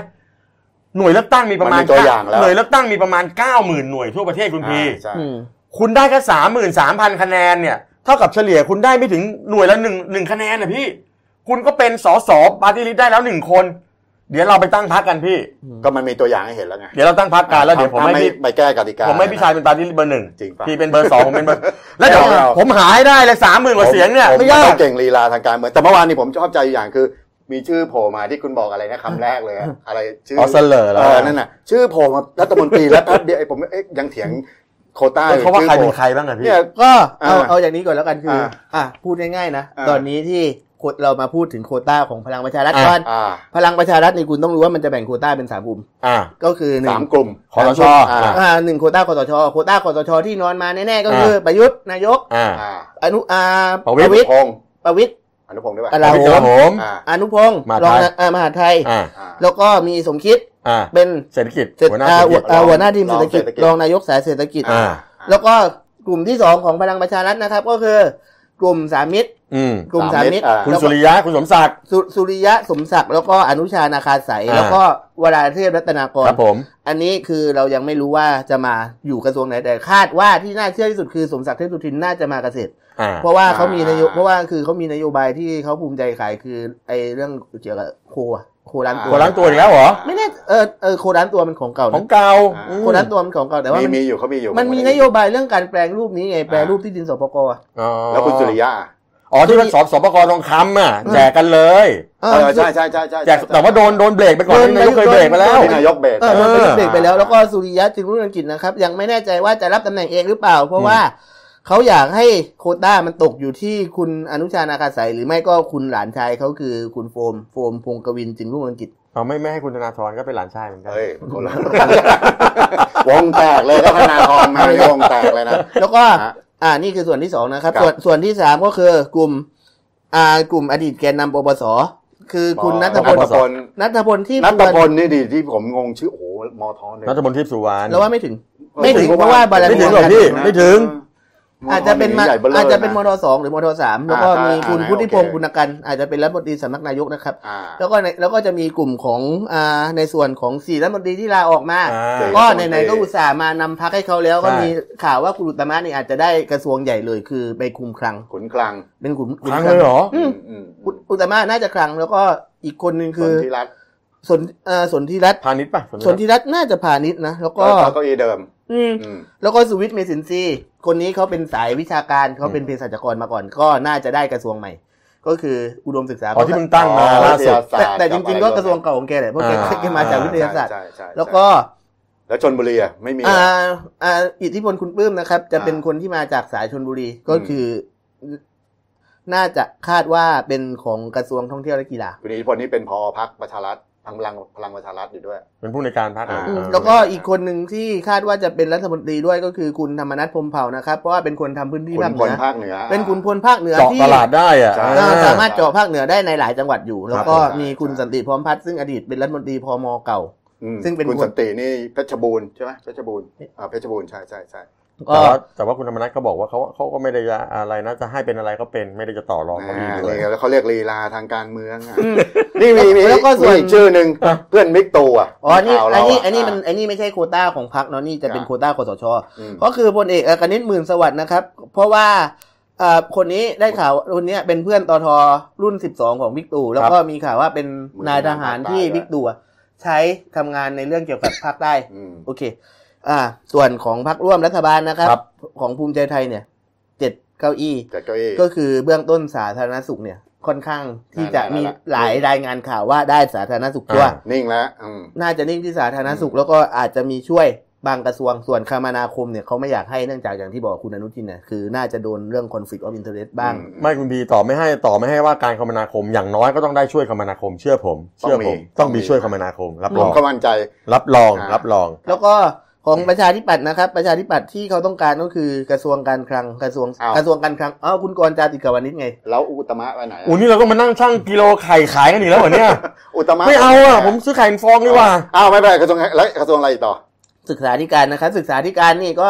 Speaker 2: หน่วยเลือกตั้งมีประมาณ
Speaker 1: มันมีตัวอย่างแล้ว
Speaker 2: หน่วยเลือกตั้งมีประมาณเก้าหมื่นหน่วยทั่วประเทศคุณพี
Speaker 1: อ่าใช่
Speaker 3: อืม
Speaker 2: คุณได้แค่สามหมื่นสามพันคะแนนเนี่ยเท่ากับเฉลี่ยคุณได้ไม่ถึงหน่วยละหนึ่งหนึ่งคะแนนนะพี่ คุณก็เป็นสสปาร์ตี้ลิสต์ได้แล้วหนึ่งคน เดี๋ยวเราไปตั้งพักกันพี่
Speaker 1: ก็มันมีตัวอย่างให้เห็นแล้วไง
Speaker 2: เดี๋ยวเราตั้งพักกันแล้วเดี๋ยวผม
Speaker 1: ถ้า
Speaker 2: ให้พี่
Speaker 1: ไปแก้กติกา
Speaker 2: ผมให้พี่ชายเป็นปาร์ตี้ลิสต์เบอร์หนึ่ง
Speaker 1: จริงปะ
Speaker 2: พี่เป็นเบอร์สองผมเป็นเบอร์แล้วเดี๋ยว
Speaker 1: ไม่เอา
Speaker 2: ผมหาให้ได้เลยสามหมื่นกว่าเสียงเนี่ย
Speaker 1: ผม
Speaker 2: ไม่ยา
Speaker 1: ผ
Speaker 2: ก
Speaker 1: ต้องเก่งลีลาทางการเมืองแต่เมื่อวานนี้ผมชอบใจอยู่อย่างคือ มีชื่อโผล่มาที่คุณบอกอะไรนะคำแรกเลย
Speaker 2: *laughs*
Speaker 1: อะอะไรชื่อ
Speaker 2: อ๋อเสลอเหรอ
Speaker 1: เออนั่นน่ะชื่อโผล่มารัฐมนตรีแล้วแป๊บเดียวไอ้ผมเอ๊ะยังเถียงโควต้าอยู่
Speaker 2: เขาว่าใครเป็น
Speaker 1: ชื่อโผล่
Speaker 2: ใครบ้างอะพี่
Speaker 1: เนี่ย
Speaker 3: ก็เอา
Speaker 1: อ่า
Speaker 3: เอาอย่างนี้ก่อนแล้วกันคืออา อ่ะพูดง่ายๆนะ
Speaker 1: อ่า
Speaker 3: ตอนนี้ที่คนเรามาพูดถึงโควต้าของพลังประชารัฐก่อน
Speaker 1: อ่า
Speaker 3: พลังประชารัฐนี่คุณต้องรู้ว่ามันจะแบ่งโควต้าเป็นสามกลุ่ม
Speaker 2: อ่า
Speaker 3: ก็คือหนึ่
Speaker 1: สาง มกลุ่ม
Speaker 2: ขอสช
Speaker 1: อ่า
Speaker 3: อ่าหนึ่งโควต้าคอสชโควต้าคอสชที่นอนมาแน่ๆก็คือประยุทธ์นายก
Speaker 2: อ่า
Speaker 1: อ่า
Speaker 3: อนุอา
Speaker 2: ประวิตร
Speaker 1: พงษ์
Speaker 3: ประวิตร
Speaker 1: อนุพงษ์ด้วยป่ะ
Speaker 3: อะไร กลาโหม
Speaker 2: กลาโหม
Speaker 1: อ่า
Speaker 3: อนุพงศ์
Speaker 2: มหาไทย
Speaker 3: รองนอ่ามหาไทย
Speaker 2: อ่า
Speaker 1: อ่า
Speaker 3: แล้วก็มีสมคิด
Speaker 2: อ่า
Speaker 3: เป็น
Speaker 2: เศรษฐกิจ
Speaker 3: เศรษ
Speaker 2: หัวหน้า
Speaker 3: อ่า
Speaker 2: เศรษฐกิจ
Speaker 3: หัวอ่าหัวหน้าทีม
Speaker 1: ร
Speaker 3: เศร
Speaker 1: อง
Speaker 3: ษฐกิจ
Speaker 1: เศรษฐกิจ
Speaker 3: รองนายกสายเศรษฐกิจ
Speaker 2: อ่า
Speaker 3: แล้วก็กลุ่มที่สองของพลังประชารัฐนะครับ ก็คือกลุ่มสามมิตร
Speaker 2: อืม
Speaker 3: กลุ่มสามมิตร
Speaker 1: อ่า
Speaker 2: คุณ
Speaker 3: แล้ว
Speaker 2: สุ
Speaker 3: ก็
Speaker 2: ริยะคุณสมศักดิ์
Speaker 3: สุสุริยะสมศักดิ์แล้วก็อนุชานาคาใสย
Speaker 2: อ่า
Speaker 3: แล้วก็วราเทพรัตนากร
Speaker 2: ครับผม
Speaker 3: อันนี้คือเรายังไม่รู้ว่าจะมาอยู่กระทรวงไหนแต่คาดว่าที่น่าเชื่อที่สุดคือสมศักดิ์เทพสุทินน่าจะมาเกษตร
Speaker 2: อ่า
Speaker 3: เพราะว่าเขามีนโย
Speaker 1: อ่า
Speaker 3: เพราะว่าคือเขามีนโยบายที่เขาภูมิใจขายคือไอ้เรื่องเกี่ยวกับโคอะ โครันตั
Speaker 2: โคว รันตัวอีกแล้วเหรอ
Speaker 3: ไม่แน่เออเออโครันตัวมันของเก่า
Speaker 2: ของ
Speaker 3: นะ
Speaker 2: เก่า
Speaker 1: อ่า
Speaker 2: อืม
Speaker 3: โครันตัวมันของเก่าแต่ว่า
Speaker 1: มี
Speaker 3: มัน
Speaker 1: มีอยู่เขามีอยู่
Speaker 3: มันมี
Speaker 1: ผ
Speaker 3: น
Speaker 1: ไได้
Speaker 3: โยบายเรื่องการแปลงรูปนี้ไงแปลรูปที่ดินสปกอะ
Speaker 2: อ๋อ
Speaker 1: แล้วคุณสุริยะ
Speaker 2: อ๋อที่มันสอบสอบประกอบทองคำอ่ะแจกกันเลย
Speaker 1: เออใช่ใช่ใช่ใช่
Speaker 2: แจกแต่ว่าโดนโดนเบรกไปก่อน
Speaker 3: โดน
Speaker 2: นายกเคย
Speaker 3: โดน
Speaker 2: เบรกไปแล้ว
Speaker 1: ที่นายกเบรก
Speaker 3: เออ
Speaker 2: เออ
Speaker 3: มันเป็นเบรกไปแล้วแล้วก็สุริยะจึงรุ่งเรืองกิจนะครับ ยังไม่แน่ใจว่าจะรับตำแหน่งเองหรือเปล่า เพราะว่าเขาอยากให้โควต้ามันตกอยู่ที่คุณอนุชานาคาสายหรือไม่ก็คุณหลานชายเขาคือคุณโฟมโฟมพงศ์กวินจึงรุ่งเรืองกิจ
Speaker 2: เอาไม่ไม่ให้คุณธนาธรก็เป็นหลานชายเหมือนกัน
Speaker 1: เฮ้ยคนละวงแตกเลยถ้าธนาธรมาเนี่ยวงแตกเลยนะ
Speaker 3: แล้วก็
Speaker 1: ฮะ
Speaker 3: อ่านี่คือส่วนที่สองนะครับ
Speaker 1: ครับ
Speaker 3: ส่วนส่วนที่สามก็คือกลุ่มอ่ากลุ่มอดีตแกนนำปปสคือคุณ
Speaker 1: อ๋อ
Speaker 3: นัทพล
Speaker 1: นัทพล
Speaker 3: นัทพลที่
Speaker 1: นัตพลนี่ดิที่ผมงงชื่อโอ้โหมอทอเนี่ย
Speaker 2: รัฐมนตรีสุวรรณ
Speaker 3: แล้วว่าไม่ถึง ไม่ถึงเพราะว่าบารมี
Speaker 2: ไม่ถึงหรอกพี่ ไม่ถึง
Speaker 1: ม
Speaker 3: อาจจะเป็นมา
Speaker 1: ใหญ่เบ้ล
Speaker 3: อาจจะเป็นม
Speaker 1: อ
Speaker 3: ทสองหรือมทสามแล้วก็
Speaker 1: อ่า
Speaker 3: มี
Speaker 1: อ่า
Speaker 3: คุณ
Speaker 1: อ่า
Speaker 3: พุทธิพง
Speaker 1: โอ
Speaker 3: ศ์
Speaker 1: เค
Speaker 3: คุณกันอาจจะเป็นรัฐมนตรีสำนักนายกนะครับ
Speaker 1: อ่า
Speaker 3: แล้วก็ในแล้วก็จะมีกลุ่มของอ่าในส่วนของสี่รัฐมนตรีที่ลาออกมา
Speaker 2: อ่า
Speaker 3: ก็ไหนๆก็อุตส่าห์มานำพักให้เขาแล้ว ก็
Speaker 2: ใช่
Speaker 3: มีข่าวว่าคุณอุตตมะเนี่ยอาจจะได้กระทรวงใหญ่เลยคือไปคุมคลัง
Speaker 1: ขุนคลัง
Speaker 3: เป็นกลุ่ม
Speaker 2: ครั้งเลยเหรอ
Speaker 3: ม
Speaker 1: อืม
Speaker 3: อุอุตตมะน่าจะคลังแล้วก็อีกคนหนึ่ง
Speaker 1: ส่
Speaker 3: คื
Speaker 1: วน
Speaker 3: อ
Speaker 1: ที่รัฐ
Speaker 3: สนเอ่อสนธิรัตน์
Speaker 2: พาณิชย์ป่ะ
Speaker 3: สนธิรัตน์น่าจะพาณิชย์นะแล้วก็
Speaker 1: ก็เก้าอี้เดิม
Speaker 3: อืม
Speaker 1: อืม
Speaker 3: แล้วก็สุวิทย์เมสินซีย์คนนี้เขาเป็นสายวิชาการเขาเป็นเภสัชกรมาก่อน ก็น่าจะได้กระทรวงใหม่ ก็คืออุดมศึกษา
Speaker 2: อ๋อที่มึงตั้งมา
Speaker 1: อ๋อ
Speaker 2: ล่าสุด
Speaker 1: วิทยาศาสต
Speaker 3: แต่แต่จริงๆก็กระทรวง
Speaker 1: บอ
Speaker 3: เก่าของแกแหละเพราะแก
Speaker 2: อ่า
Speaker 3: แกมาจาก
Speaker 1: ไอ
Speaker 3: วิทยาศาสตร์
Speaker 1: ใช่ใช่ใช่
Speaker 3: แล้วก็
Speaker 1: แล้วชนบุรีอ่ะไม่มี
Speaker 3: อ่า
Speaker 1: อ่ะ
Speaker 3: อ่าอิทธิพลคุณปลื้มนะครับ จะเป็น
Speaker 1: อ่า
Speaker 3: คนที่มาจากสายชนบุรีก็
Speaker 1: อืม
Speaker 3: คือ น่าจะคาดว่าเป็นของกระทรวงท่องเที่ยวและกีฬา
Speaker 1: คุณอิทธิพลนี่เป็นพอพักประชารัฐพลังพลังประชารัฐอยู่ด้วย
Speaker 2: เป็นผู้ในการพรรคอ่ะ
Speaker 1: อ่า
Speaker 3: อืม
Speaker 2: เออ
Speaker 3: แล้วก็อีกคนหนึ่งที่คาดว่าจะเป็นรัฐมนตรีด้วยก็คือคุณธรรมนัฐพรหมเผ่านะครับเพราะว่าเป็นคนทำพื้นที่
Speaker 1: ขุ
Speaker 3: ภาคน เห
Speaker 1: พล
Speaker 3: นือ
Speaker 1: ภาคเหนือ
Speaker 3: เป็นคุณพลภาคเหนือ
Speaker 2: เจาะ
Speaker 3: ที่
Speaker 2: ตลาดได้อ่ะ
Speaker 1: ใช่
Speaker 2: อ่า
Speaker 3: อ่าสามารถเจาะภาคเหนือได้ในหลายจังหวัดอยู่ แล้วก็
Speaker 2: ครับ
Speaker 3: มีคุณสันติพร้อมพัฒน์ซึ่งอดีตเป็นรัฐมนตรีพมเก่า
Speaker 1: อืม
Speaker 3: ซึ่งเป็น
Speaker 1: คุณ
Speaker 3: คน
Speaker 1: สันตินี่เพชรบูรณ์ใช่ไหมเพชรบูรณ์อ่าเพชรบูรณ์ใช่ใช่ใช่
Speaker 3: ก็
Speaker 2: แต่ว่าแต่ว่าคุณธรรมนัฐก็บอกว่าเขาเขาก็ไม่ได้จะอะไรนะจะให้เป็นอะไรก็เป็นไม่ได้จะต่อรอง
Speaker 1: อ่า
Speaker 2: เขาดี
Speaker 1: นี่
Speaker 2: เลย
Speaker 1: แล้วเขาเรียกลีลาทางการเมืองอ่ะนี่มีมี
Speaker 3: แล้วก็
Speaker 1: มี
Speaker 3: ส่วน
Speaker 1: อีกชื่อหนึ่ง
Speaker 2: อ่ะ
Speaker 1: เพื่อนมิกตูอ่ะ
Speaker 3: อ๋อนี่
Speaker 1: ข่าว
Speaker 3: อั
Speaker 1: เรา
Speaker 3: นนี้
Speaker 1: ะ
Speaker 3: อันนี้มันอันนี้ไม่ใช่โควต้าของพรรคเนาะนี่จะเป็น
Speaker 1: ครับ
Speaker 3: โควต้าคสช
Speaker 1: อืม
Speaker 3: ก็คือพลเอกเอ่อกนิษฐ์หมื่นสวัสดิ์นะครับ เพราะว่าเอ่อคนนี้ได้ข่าวคนเนี้ยเป็นเพื่อนตอทอรุ่น 12 ของบิ๊กตู่แล้วก็มีข่าวว่าเป็นนายทหารที่บิ๊กตู่อะใช้ทำงานในเรื่องเกี่ยวกับภาคใต้
Speaker 1: อืม
Speaker 3: โอเค อ่า ส่วนของพรรคร่วมรัฐบาลนะครับ
Speaker 2: ครับ
Speaker 3: ของภูมิใจไทยเนี่ยเจ็ดเก้าอี้
Speaker 1: จัดเก้าอี้
Speaker 3: ก็คือเบื้องต้นสาธารณสุขเนี่ย ค่อนข้างที่จะ
Speaker 1: ได้แล้ว
Speaker 3: มี
Speaker 1: ล่ะ
Speaker 3: หลายรายงานข่าวว่าได้สาธารณสุขด้วย
Speaker 2: อ่า
Speaker 1: นิ่งแล้วอืม
Speaker 3: น่าจะนิ่งที่สาธารณสุข
Speaker 1: อืม
Speaker 3: แล้วก็อาจจะมีช่วยบางกระทรวงส่วนคมนาคมเนี่ยเขาไม่อยากให้เนื่องจากอย่างที่บอกคุณอนุทินเนี่ยคือน่าจะโดนเรื่อง conflict of interest บ้าง
Speaker 2: ไม่คุณพีต่อไม่ให้ต่อไม่ให้ว่าการคมนาคมอย่างน้อยก็ต้องได้ช่วยคมนาคม เชื่อผม
Speaker 1: ต้องมี
Speaker 2: เชื่อผม
Speaker 1: ต้
Speaker 2: ต้
Speaker 1: อ
Speaker 2: อง ง
Speaker 1: มี
Speaker 2: มีช่วยคมนาคม รับ
Speaker 1: ผ
Speaker 2: รอ
Speaker 1: ม
Speaker 2: ง
Speaker 1: ก็มั่นใจ
Speaker 2: รับรอง
Speaker 1: อ่ารั
Speaker 2: รับรอง
Speaker 3: แล้วก็ของประชาธิปัตย์นะครับ ประชาธิปัตย์ที่เขาต้องการก็คือกระทรวงการคลังกระทรวง
Speaker 1: อ้าว
Speaker 3: กระทรวงการคลังอ้าวคุณกรณ์จาติกาวนิชไง
Speaker 1: แล้วอุตมะไปไหนอะ
Speaker 2: อู้นี่เราก็มานั่งชั่งกิโลไข่ขายกันอีกแล้วเหรอ *laughs* เนี่ย
Speaker 1: อุตมะ
Speaker 2: ไม่เอาอ่ะผมซื้อไข่ฟองดีกว่า
Speaker 1: อ้าวไม่เป็นไรกระทรวงแล้วกระทรวงอะไรอีกต่อ
Speaker 3: ศึกษาธิการนะครับศึกษาธิการนี่ก็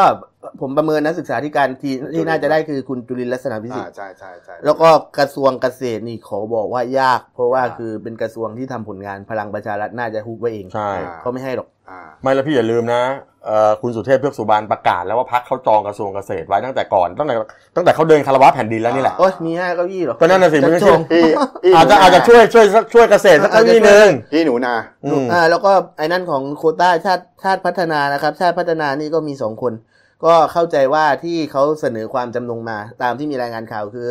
Speaker 3: ผมประเมินนะศึกษาธิการที่ที่น่าจะได้คือคุณจุลินลักษณะวิสิ
Speaker 1: อ่า
Speaker 3: ทธิ์
Speaker 1: ใช่ใช่ใช่
Speaker 3: แล้วก็กระทรวงเกษตรนี่ขอบอกว่ายาก เพราะว่า
Speaker 1: อ่า
Speaker 3: คือเป็นกระทรวงที่ทำผลงานพลังประชารัฐน่าจะฮุบไว้เอง
Speaker 2: ใช่
Speaker 1: อ่า
Speaker 3: เขาไม่ให้หรอก
Speaker 1: อ่า
Speaker 2: ไม่แล้วพี่อย่าลืมนะเอ่อคุณสุเทพเทือกสุบานประกาศแล้วว่าพักเขาจองกระทรวงเกษตรไว้ตั้งแต่ก่อนตั้งแต่ตั้งแต่เขาเดินคารวะแผ่นดินแล้วนี่แหละ
Speaker 1: อ่า
Speaker 3: โอ้ยมีห้าเก้าอี้หรอ
Speaker 2: ก็นั่นน่ะสิ
Speaker 3: จะ
Speaker 2: มันก็
Speaker 3: จง
Speaker 1: พี่พี่
Speaker 2: อาจจะ
Speaker 1: หนูน
Speaker 2: อาจจะช่วยช่วยช่วยเกษตรสัก
Speaker 3: อาจจะ
Speaker 2: นิดนึง
Speaker 1: พี่หนูนา
Speaker 2: อืม
Speaker 3: อ่าแล้วก็ไอ้นั่นของโควต้าชาติชาติพัฒนานะครับ ชาติพัฒนานี่ก็มีสองคน ก็เข้าใจว่าที่เขาเสนอความจำนงมา ตามที่มีรายงานข่าวคือ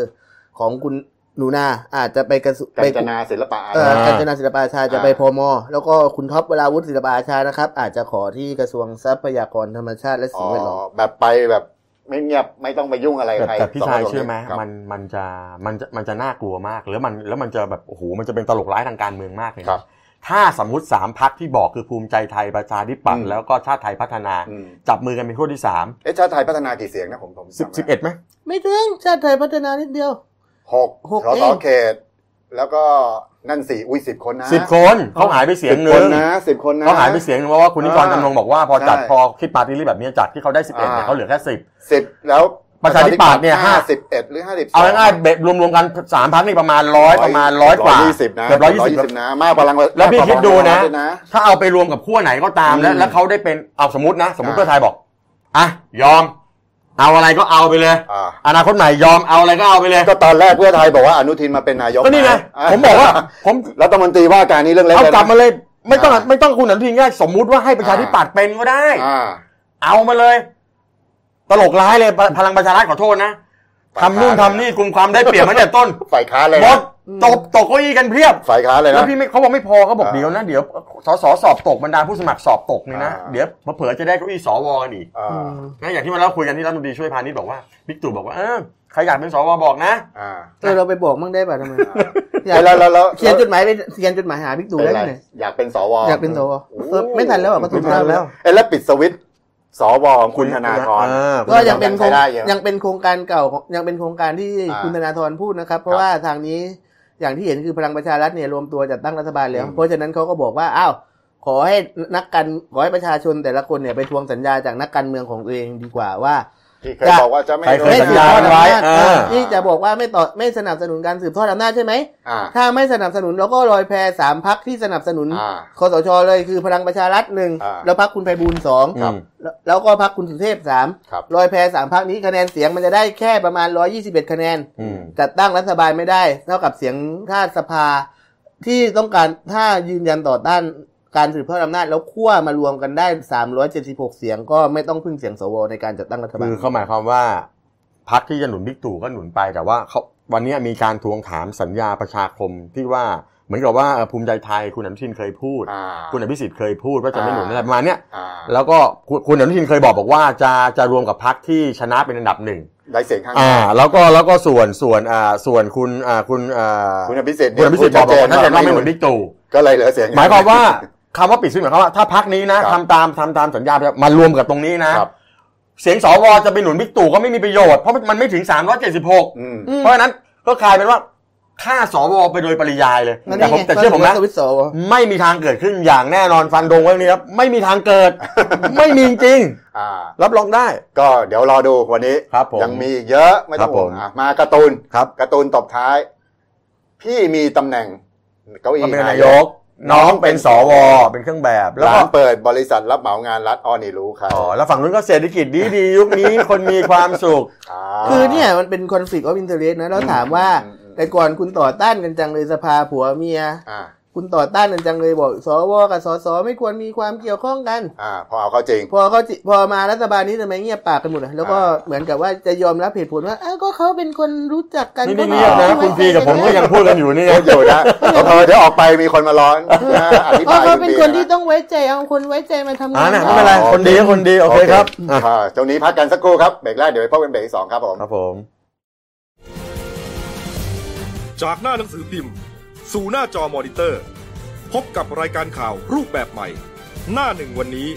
Speaker 3: ของคุณหนูนาอาจจะไปกระทรวง
Speaker 1: กั
Speaker 3: ไป
Speaker 1: ญจนาศิลปะอา
Speaker 3: เอ่
Speaker 1: ชี
Speaker 3: อ
Speaker 1: พ
Speaker 2: อ่า
Speaker 3: การจนาศิลปอาชาจะไป
Speaker 1: อ่า
Speaker 3: พม แล้วก็คุณท็อปเวลาวุฒิศิลปอาชานะครับ อาจจะขอที่กระทรวงทรัพยากรธรรมชาติและ
Speaker 1: อ๋
Speaker 3: สิ่
Speaker 1: อง
Speaker 3: แวดล้อม
Speaker 1: แบบไปแบบไม่เงียบไม่ต้องไปยุ่งอะไร
Speaker 2: แต่
Speaker 1: ใคร
Speaker 2: แต่พี่ชาย
Speaker 1: สงคน
Speaker 2: เชื่อไหม
Speaker 1: ครับ
Speaker 2: มันมันจะมันจะมันจะน่ากลัวมาก แล้วมันแล้วมันจะแบบโอ้โหมันจะเป็นตลกร้ายทางการเมืองมากเลย
Speaker 1: ครับ
Speaker 2: ถ้าสมมติสามพักที่บอกคือภูมิใจไทยประชาธิปัต
Speaker 1: อื
Speaker 2: ย์
Speaker 1: ม
Speaker 2: แล้วก็ชาติไทยพัฒนา
Speaker 1: อืม
Speaker 2: จับมือกันเป็นขั้วที่สาม
Speaker 1: เอ๊ะชาติไทยพัฒนากี่เสียงนะผมผม
Speaker 2: สิบ
Speaker 1: จำไม่
Speaker 2: สิบเอ็ดไหม
Speaker 3: ไม่ถึงชาติไทยพัฒนานิดเดียว
Speaker 1: หก
Speaker 3: หก
Speaker 1: ส
Speaker 3: เอ
Speaker 1: ส
Speaker 3: ง
Speaker 1: เขต แล้วก็นั่นสี่อุ้ยสิบคนนะ
Speaker 2: สิบคนเขาหายไปเสียงหนึ่
Speaker 1: สิบ
Speaker 2: ง
Speaker 1: คนนะสิบคนนะ
Speaker 2: เขาหายไปเสียงหนึ่งเพราะว่าคุณนิกร
Speaker 1: อ่า
Speaker 2: จำนงบอกว่าพอจัด
Speaker 1: ใช่
Speaker 2: พอคิดปาร์ตี้ลิสต์แบบนี้จัดที่เขาได้สิบเอ็ดเนี่ย
Speaker 1: อ่า
Speaker 2: เขาเหลือแค่สิบ
Speaker 1: สิบแล้ว
Speaker 2: ประชาธิปัตย์เนี่ย
Speaker 1: ห้า
Speaker 2: ห้า
Speaker 1: สิบเอ็ดหรือห้าสิบ
Speaker 2: เอาง่ายๆเบ็ดรวมๆกันสามพักนี่ประมาณร้อยประมาณร้อยกว่า
Speaker 1: ร้อยยี่สิบนะ
Speaker 2: เกือบร้อยยี่สิบ
Speaker 1: นะมากพลัง
Speaker 2: แล้วพี่
Speaker 1: มากกา
Speaker 2: คิดดูนะ
Speaker 1: พลังปรชารัฐด้วย
Speaker 2: ถ้าเอาไปรวมกับขั้วไหนก็ตาม
Speaker 1: อืม
Speaker 2: แล้ว แล้วเขาได้เป็นเอาสมมตินะ สมมติ
Speaker 1: อ่า
Speaker 2: เพื่อไทยบอกอ่ะยอม เอาอะไรก็เอาไปเลย
Speaker 1: อ่า
Speaker 2: อนาคตใหม่ยอมเอาอะไรก็เอาไปเลย
Speaker 1: ก็ตอนแรกเพื่อไทยบอกว่าอนุทินมาเป็นนายก
Speaker 2: ก็นี่ไง
Speaker 1: ะ
Speaker 2: ผมบอกว่า ผม
Speaker 1: รัฐมนตรีว่าการนี้เรื่องเล็ก
Speaker 2: เอากลับ
Speaker 1: นะ
Speaker 2: มาเลย ไม่ต้อง
Speaker 1: อ่า
Speaker 2: ไม่ต้องคุณอนุทินง่ายสมมุติว่าให้ประชาธิปัตย์เป็นก็ได้
Speaker 1: อ่า
Speaker 2: เอามาเลย ตลกร้ายเลยพพลังประชารัฐขอโทษนะ
Speaker 1: ฝ่าย
Speaker 2: ทำนู่น
Speaker 1: ค้าน
Speaker 2: ทำนี่กลุ่มความได้เปรียบมาเนี่ยต้น
Speaker 1: ฝ่ายค้านเลย
Speaker 2: หม
Speaker 1: นะ
Speaker 2: ดตบตกเก้าอี้กันเพียบ
Speaker 1: ฝ่ายค้านเลย
Speaker 2: แล้
Speaker 1: นะ
Speaker 2: วพี่ไม่เขาบอกไม่พอเขาบอก
Speaker 1: อ่า
Speaker 2: เดี๋ยวนะเดี๋ยวสสสอบตกบรรดาผู้สมัครสอบตกเนี่ยนะ
Speaker 1: อ่า
Speaker 2: เดี๋ยวเผลอๆจะได้เก้าอี้สวกันอีก
Speaker 1: อ่า
Speaker 2: นะอย่างที่วันเราคุยกันที่รัฐมนตรีช่วยพาณิชย์บอกว่าบิ๊กตู่บอกว่าเออใครอยากเป็นสวบอกนะ
Speaker 1: อ่า
Speaker 3: เออเราไปบอกมั่งได้ป่ะทำไมอยาก
Speaker 1: แล้วแล้วแล้ว
Speaker 3: เขียนจดหมายไปเขียนจดหมายหาบิ๊กตู่
Speaker 1: เป็น
Speaker 3: ได้
Speaker 1: ไร
Speaker 3: ไหม
Speaker 1: อยากเป็นสว
Speaker 3: อยากเป็นสว
Speaker 1: โอ้
Speaker 3: เออไม่ทันแล้วอ่ะก็ถูกแล้ว
Speaker 1: เอ้ยแล้วปิดสวิตช์สวของคุณธนาธร
Speaker 2: เออ
Speaker 3: ก็ยังเป็นโครง
Speaker 1: ใช้ได้อยู่
Speaker 3: ยังเป็นโครงการเก่าของยังเป็นโครงการที่
Speaker 1: อ่า
Speaker 3: คุณธนาธรพูดนะครับ เพ
Speaker 1: ครั
Speaker 3: ราะ
Speaker 1: บ
Speaker 3: ว่าทางนี้อย่างที่เห็นคือพลังประชารัฐเนี่ยรวมตัวจัดตั้งรัฐบาลแล้ว
Speaker 1: อืม
Speaker 3: เพราะฉะนั้นเขาก็บอกว่าอ้าวขอให้นักการขอให้ประชาชนแต่ละคนเนี่ยไปทวงสัญญาจากนักการเมืองของตัวเองดีกว่าว่า
Speaker 1: ที่เคยบอกว่าจะไม่
Speaker 2: ใครเคย
Speaker 1: โดน
Speaker 2: สัญญา
Speaker 1: ทอด
Speaker 2: ไว้
Speaker 1: อำนจ
Speaker 2: เออ
Speaker 3: ที่จะบอกว่าไม่ต่อไม่สนับสนุนการสืบทอดอำนาจใช่ไหม
Speaker 1: อ่า
Speaker 3: ถ้าไม่สนับสนุนเราก็ลอยแพสามพักที่สนับสนุน
Speaker 1: อ่า
Speaker 3: คสชเลยคือพลังประชารัฐหนึ่ง
Speaker 1: อ่า
Speaker 3: แล้วพักคุณไพบูลย์สอง
Speaker 2: ครับ
Speaker 3: แล้วแล้วก็พักคุณสุเทพสาม
Speaker 1: ครับ
Speaker 3: ลอยแพสามพักนี้คะแนนเสียงมันจะได้แค่ประมาณ 121 คะแนน
Speaker 2: อืม
Speaker 3: จัดตั้งรัฐบาลไม่ได้ เท่ากับเสียงถ้าสภาที่ต้องการถ้ายืนยันต่อต้านการสืบทอดอำนาจแล้วขั้วมารวมกันได้ 376 เสียงก็ไม่ต้องพึ่งเสียงสวในการจัดตั้งรัฐบาล
Speaker 2: คือเขาหมายความว่าพักที่จะหนุนบิ๊กตู่ก็หนุนไปแต่ว่าเขาวันนี้มีการทวงถามสัญญาประชาคมที่ว่าเหมือนกับว่าเอ่อภูมิใจไทยคุณอนุทินเคยพูด
Speaker 1: อ่า
Speaker 2: คุณอภิสิทธิ์เคยพูดว่าจะไม่หนุน
Speaker 1: อ่า
Speaker 2: อะไรประมาณเนี้ย
Speaker 1: อ่า
Speaker 2: แล้วก็คุณคุณอนุทินเคยบอกบอกว่าจะจะรวมกับพักที่ชนะเป็นอันดับหนึ่ง
Speaker 1: ได้เสียงข้าง
Speaker 2: อ่า
Speaker 1: มาก
Speaker 2: แล้วก็แล้วก็ส่วนส่วนอ่าส่วนคุณอ่าคุณอ่า
Speaker 1: คุณอภิสิทธิ์
Speaker 2: คุณอภิสิทธิ์บอกว่าถ้าจะไม่เหมือน
Speaker 1: บิ๊
Speaker 2: บิ๊กตู่
Speaker 1: ก็เลยเหลือเสียง
Speaker 2: หมายความว่าคำว่าปิดสวิตช์หมายความว่าถ้าพักนี้นะครับ ทำตามทำตามสัญญาจะมารวมกับตรงนี้นะ
Speaker 1: ครับ
Speaker 2: เสียงสวจะไปหนุนบิ๊กตู่ก็ไม่มีประโยชน์เพราะมันไม่ถึง 376
Speaker 1: อืม
Speaker 3: อืม
Speaker 2: เพราะฉะนั้นก็กลายเป็นว่าฆ่าสวไปโดยปริยายเลย
Speaker 3: นั่น
Speaker 2: แต่ผม
Speaker 3: ไง
Speaker 2: แต่เชื่อผมนะ
Speaker 3: สวิตช์สว
Speaker 2: ไม่มีทางเกิดขึ้นอย่างแน่นอนฟันดงไว้ตรงนี้ครับ ไม่มีทางเกิด *laughs* ไม่มีจริง
Speaker 1: อ่า
Speaker 2: รับรองได้
Speaker 1: ก็เดี๋ยวรอดูวันนี้
Speaker 2: ครับผม
Speaker 1: ยังมีอีกเยอะไม่ต้อง
Speaker 2: ครับ
Speaker 1: ห่
Speaker 2: ผ
Speaker 1: ว
Speaker 2: ม
Speaker 1: งอ่ะมาการ์ตูน
Speaker 2: ครับ
Speaker 1: การ์ตูนตบท้าย พี่มีตำแหน่งเก้าอี้
Speaker 2: ก็เป็นนายก น้องเป็นสวเป็นเครื่องแบบแล้ว
Speaker 1: ร้า
Speaker 2: ก็
Speaker 1: นเปิดบริษัทรับเหมางานรัฐออนี่รู้ครับ
Speaker 2: อ๋อแล้วฝั่งนู้นก็เศรษฐกิจดีดีๆยุคนี้ *laughs* คนมีความสุข
Speaker 1: า
Speaker 3: คือเนี่ยมันเป็นคอนฟ lict of interest นะเราถามว่า
Speaker 1: อืมอืม
Speaker 3: แต่ก่อนคุณต่อต้านกันจังเลยสภาผัวเมีย
Speaker 1: อ่า
Speaker 3: คุณต่อต้านกันจังเลยบอกสวกับสสไม่ควรมีความเกี่ยวข้องกัน
Speaker 1: อ่า พอเอาเข้าจริง
Speaker 3: พอเขาจิพอมารัฐบาลนี้ทำไมเงียบปากกันหมดอะแล้วก็
Speaker 1: อ่า
Speaker 3: เหมือนกับว่าจะยอมรับเหตุผลว่าเอ้าก็เขาเป็นคนรู้จักกัน
Speaker 2: นี่
Speaker 3: ก็
Speaker 2: ไม่เงียบนะ
Speaker 3: ไม่ไว้
Speaker 2: คุณพีกับผมก็
Speaker 3: ใจน
Speaker 2: ยังพูดกันอยู่นี่
Speaker 1: พู
Speaker 2: นะ
Speaker 1: ดอยู่นะเออเดี๋ยวออกไปมีคนมาร้อนนะอธิ
Speaker 3: อ๋
Speaker 1: บา
Speaker 3: อย เขาเป็นคนที่
Speaker 1: ดีะ
Speaker 3: ต้องไว้ใจเอาคนไว้ใจมา
Speaker 2: อ่าง
Speaker 3: ทำาน
Speaker 2: น่ะ
Speaker 3: นะ
Speaker 2: ไม่เป็นไร คนดีก็คนดี โอเคครับอ่ะ
Speaker 1: อ่าตรงนี้พักกันสักครู่ครับเบรกแรกเดี๋ยวไปพบกันเบรกที่สองครับผม
Speaker 2: ครับผม
Speaker 4: จากหน้าหนังสือพิมพ์ สู่หน้าจอมอนิเตอร์ พบกับรายการข่าวรูปแบบใหม่ หน้าหนึ่งวันนี้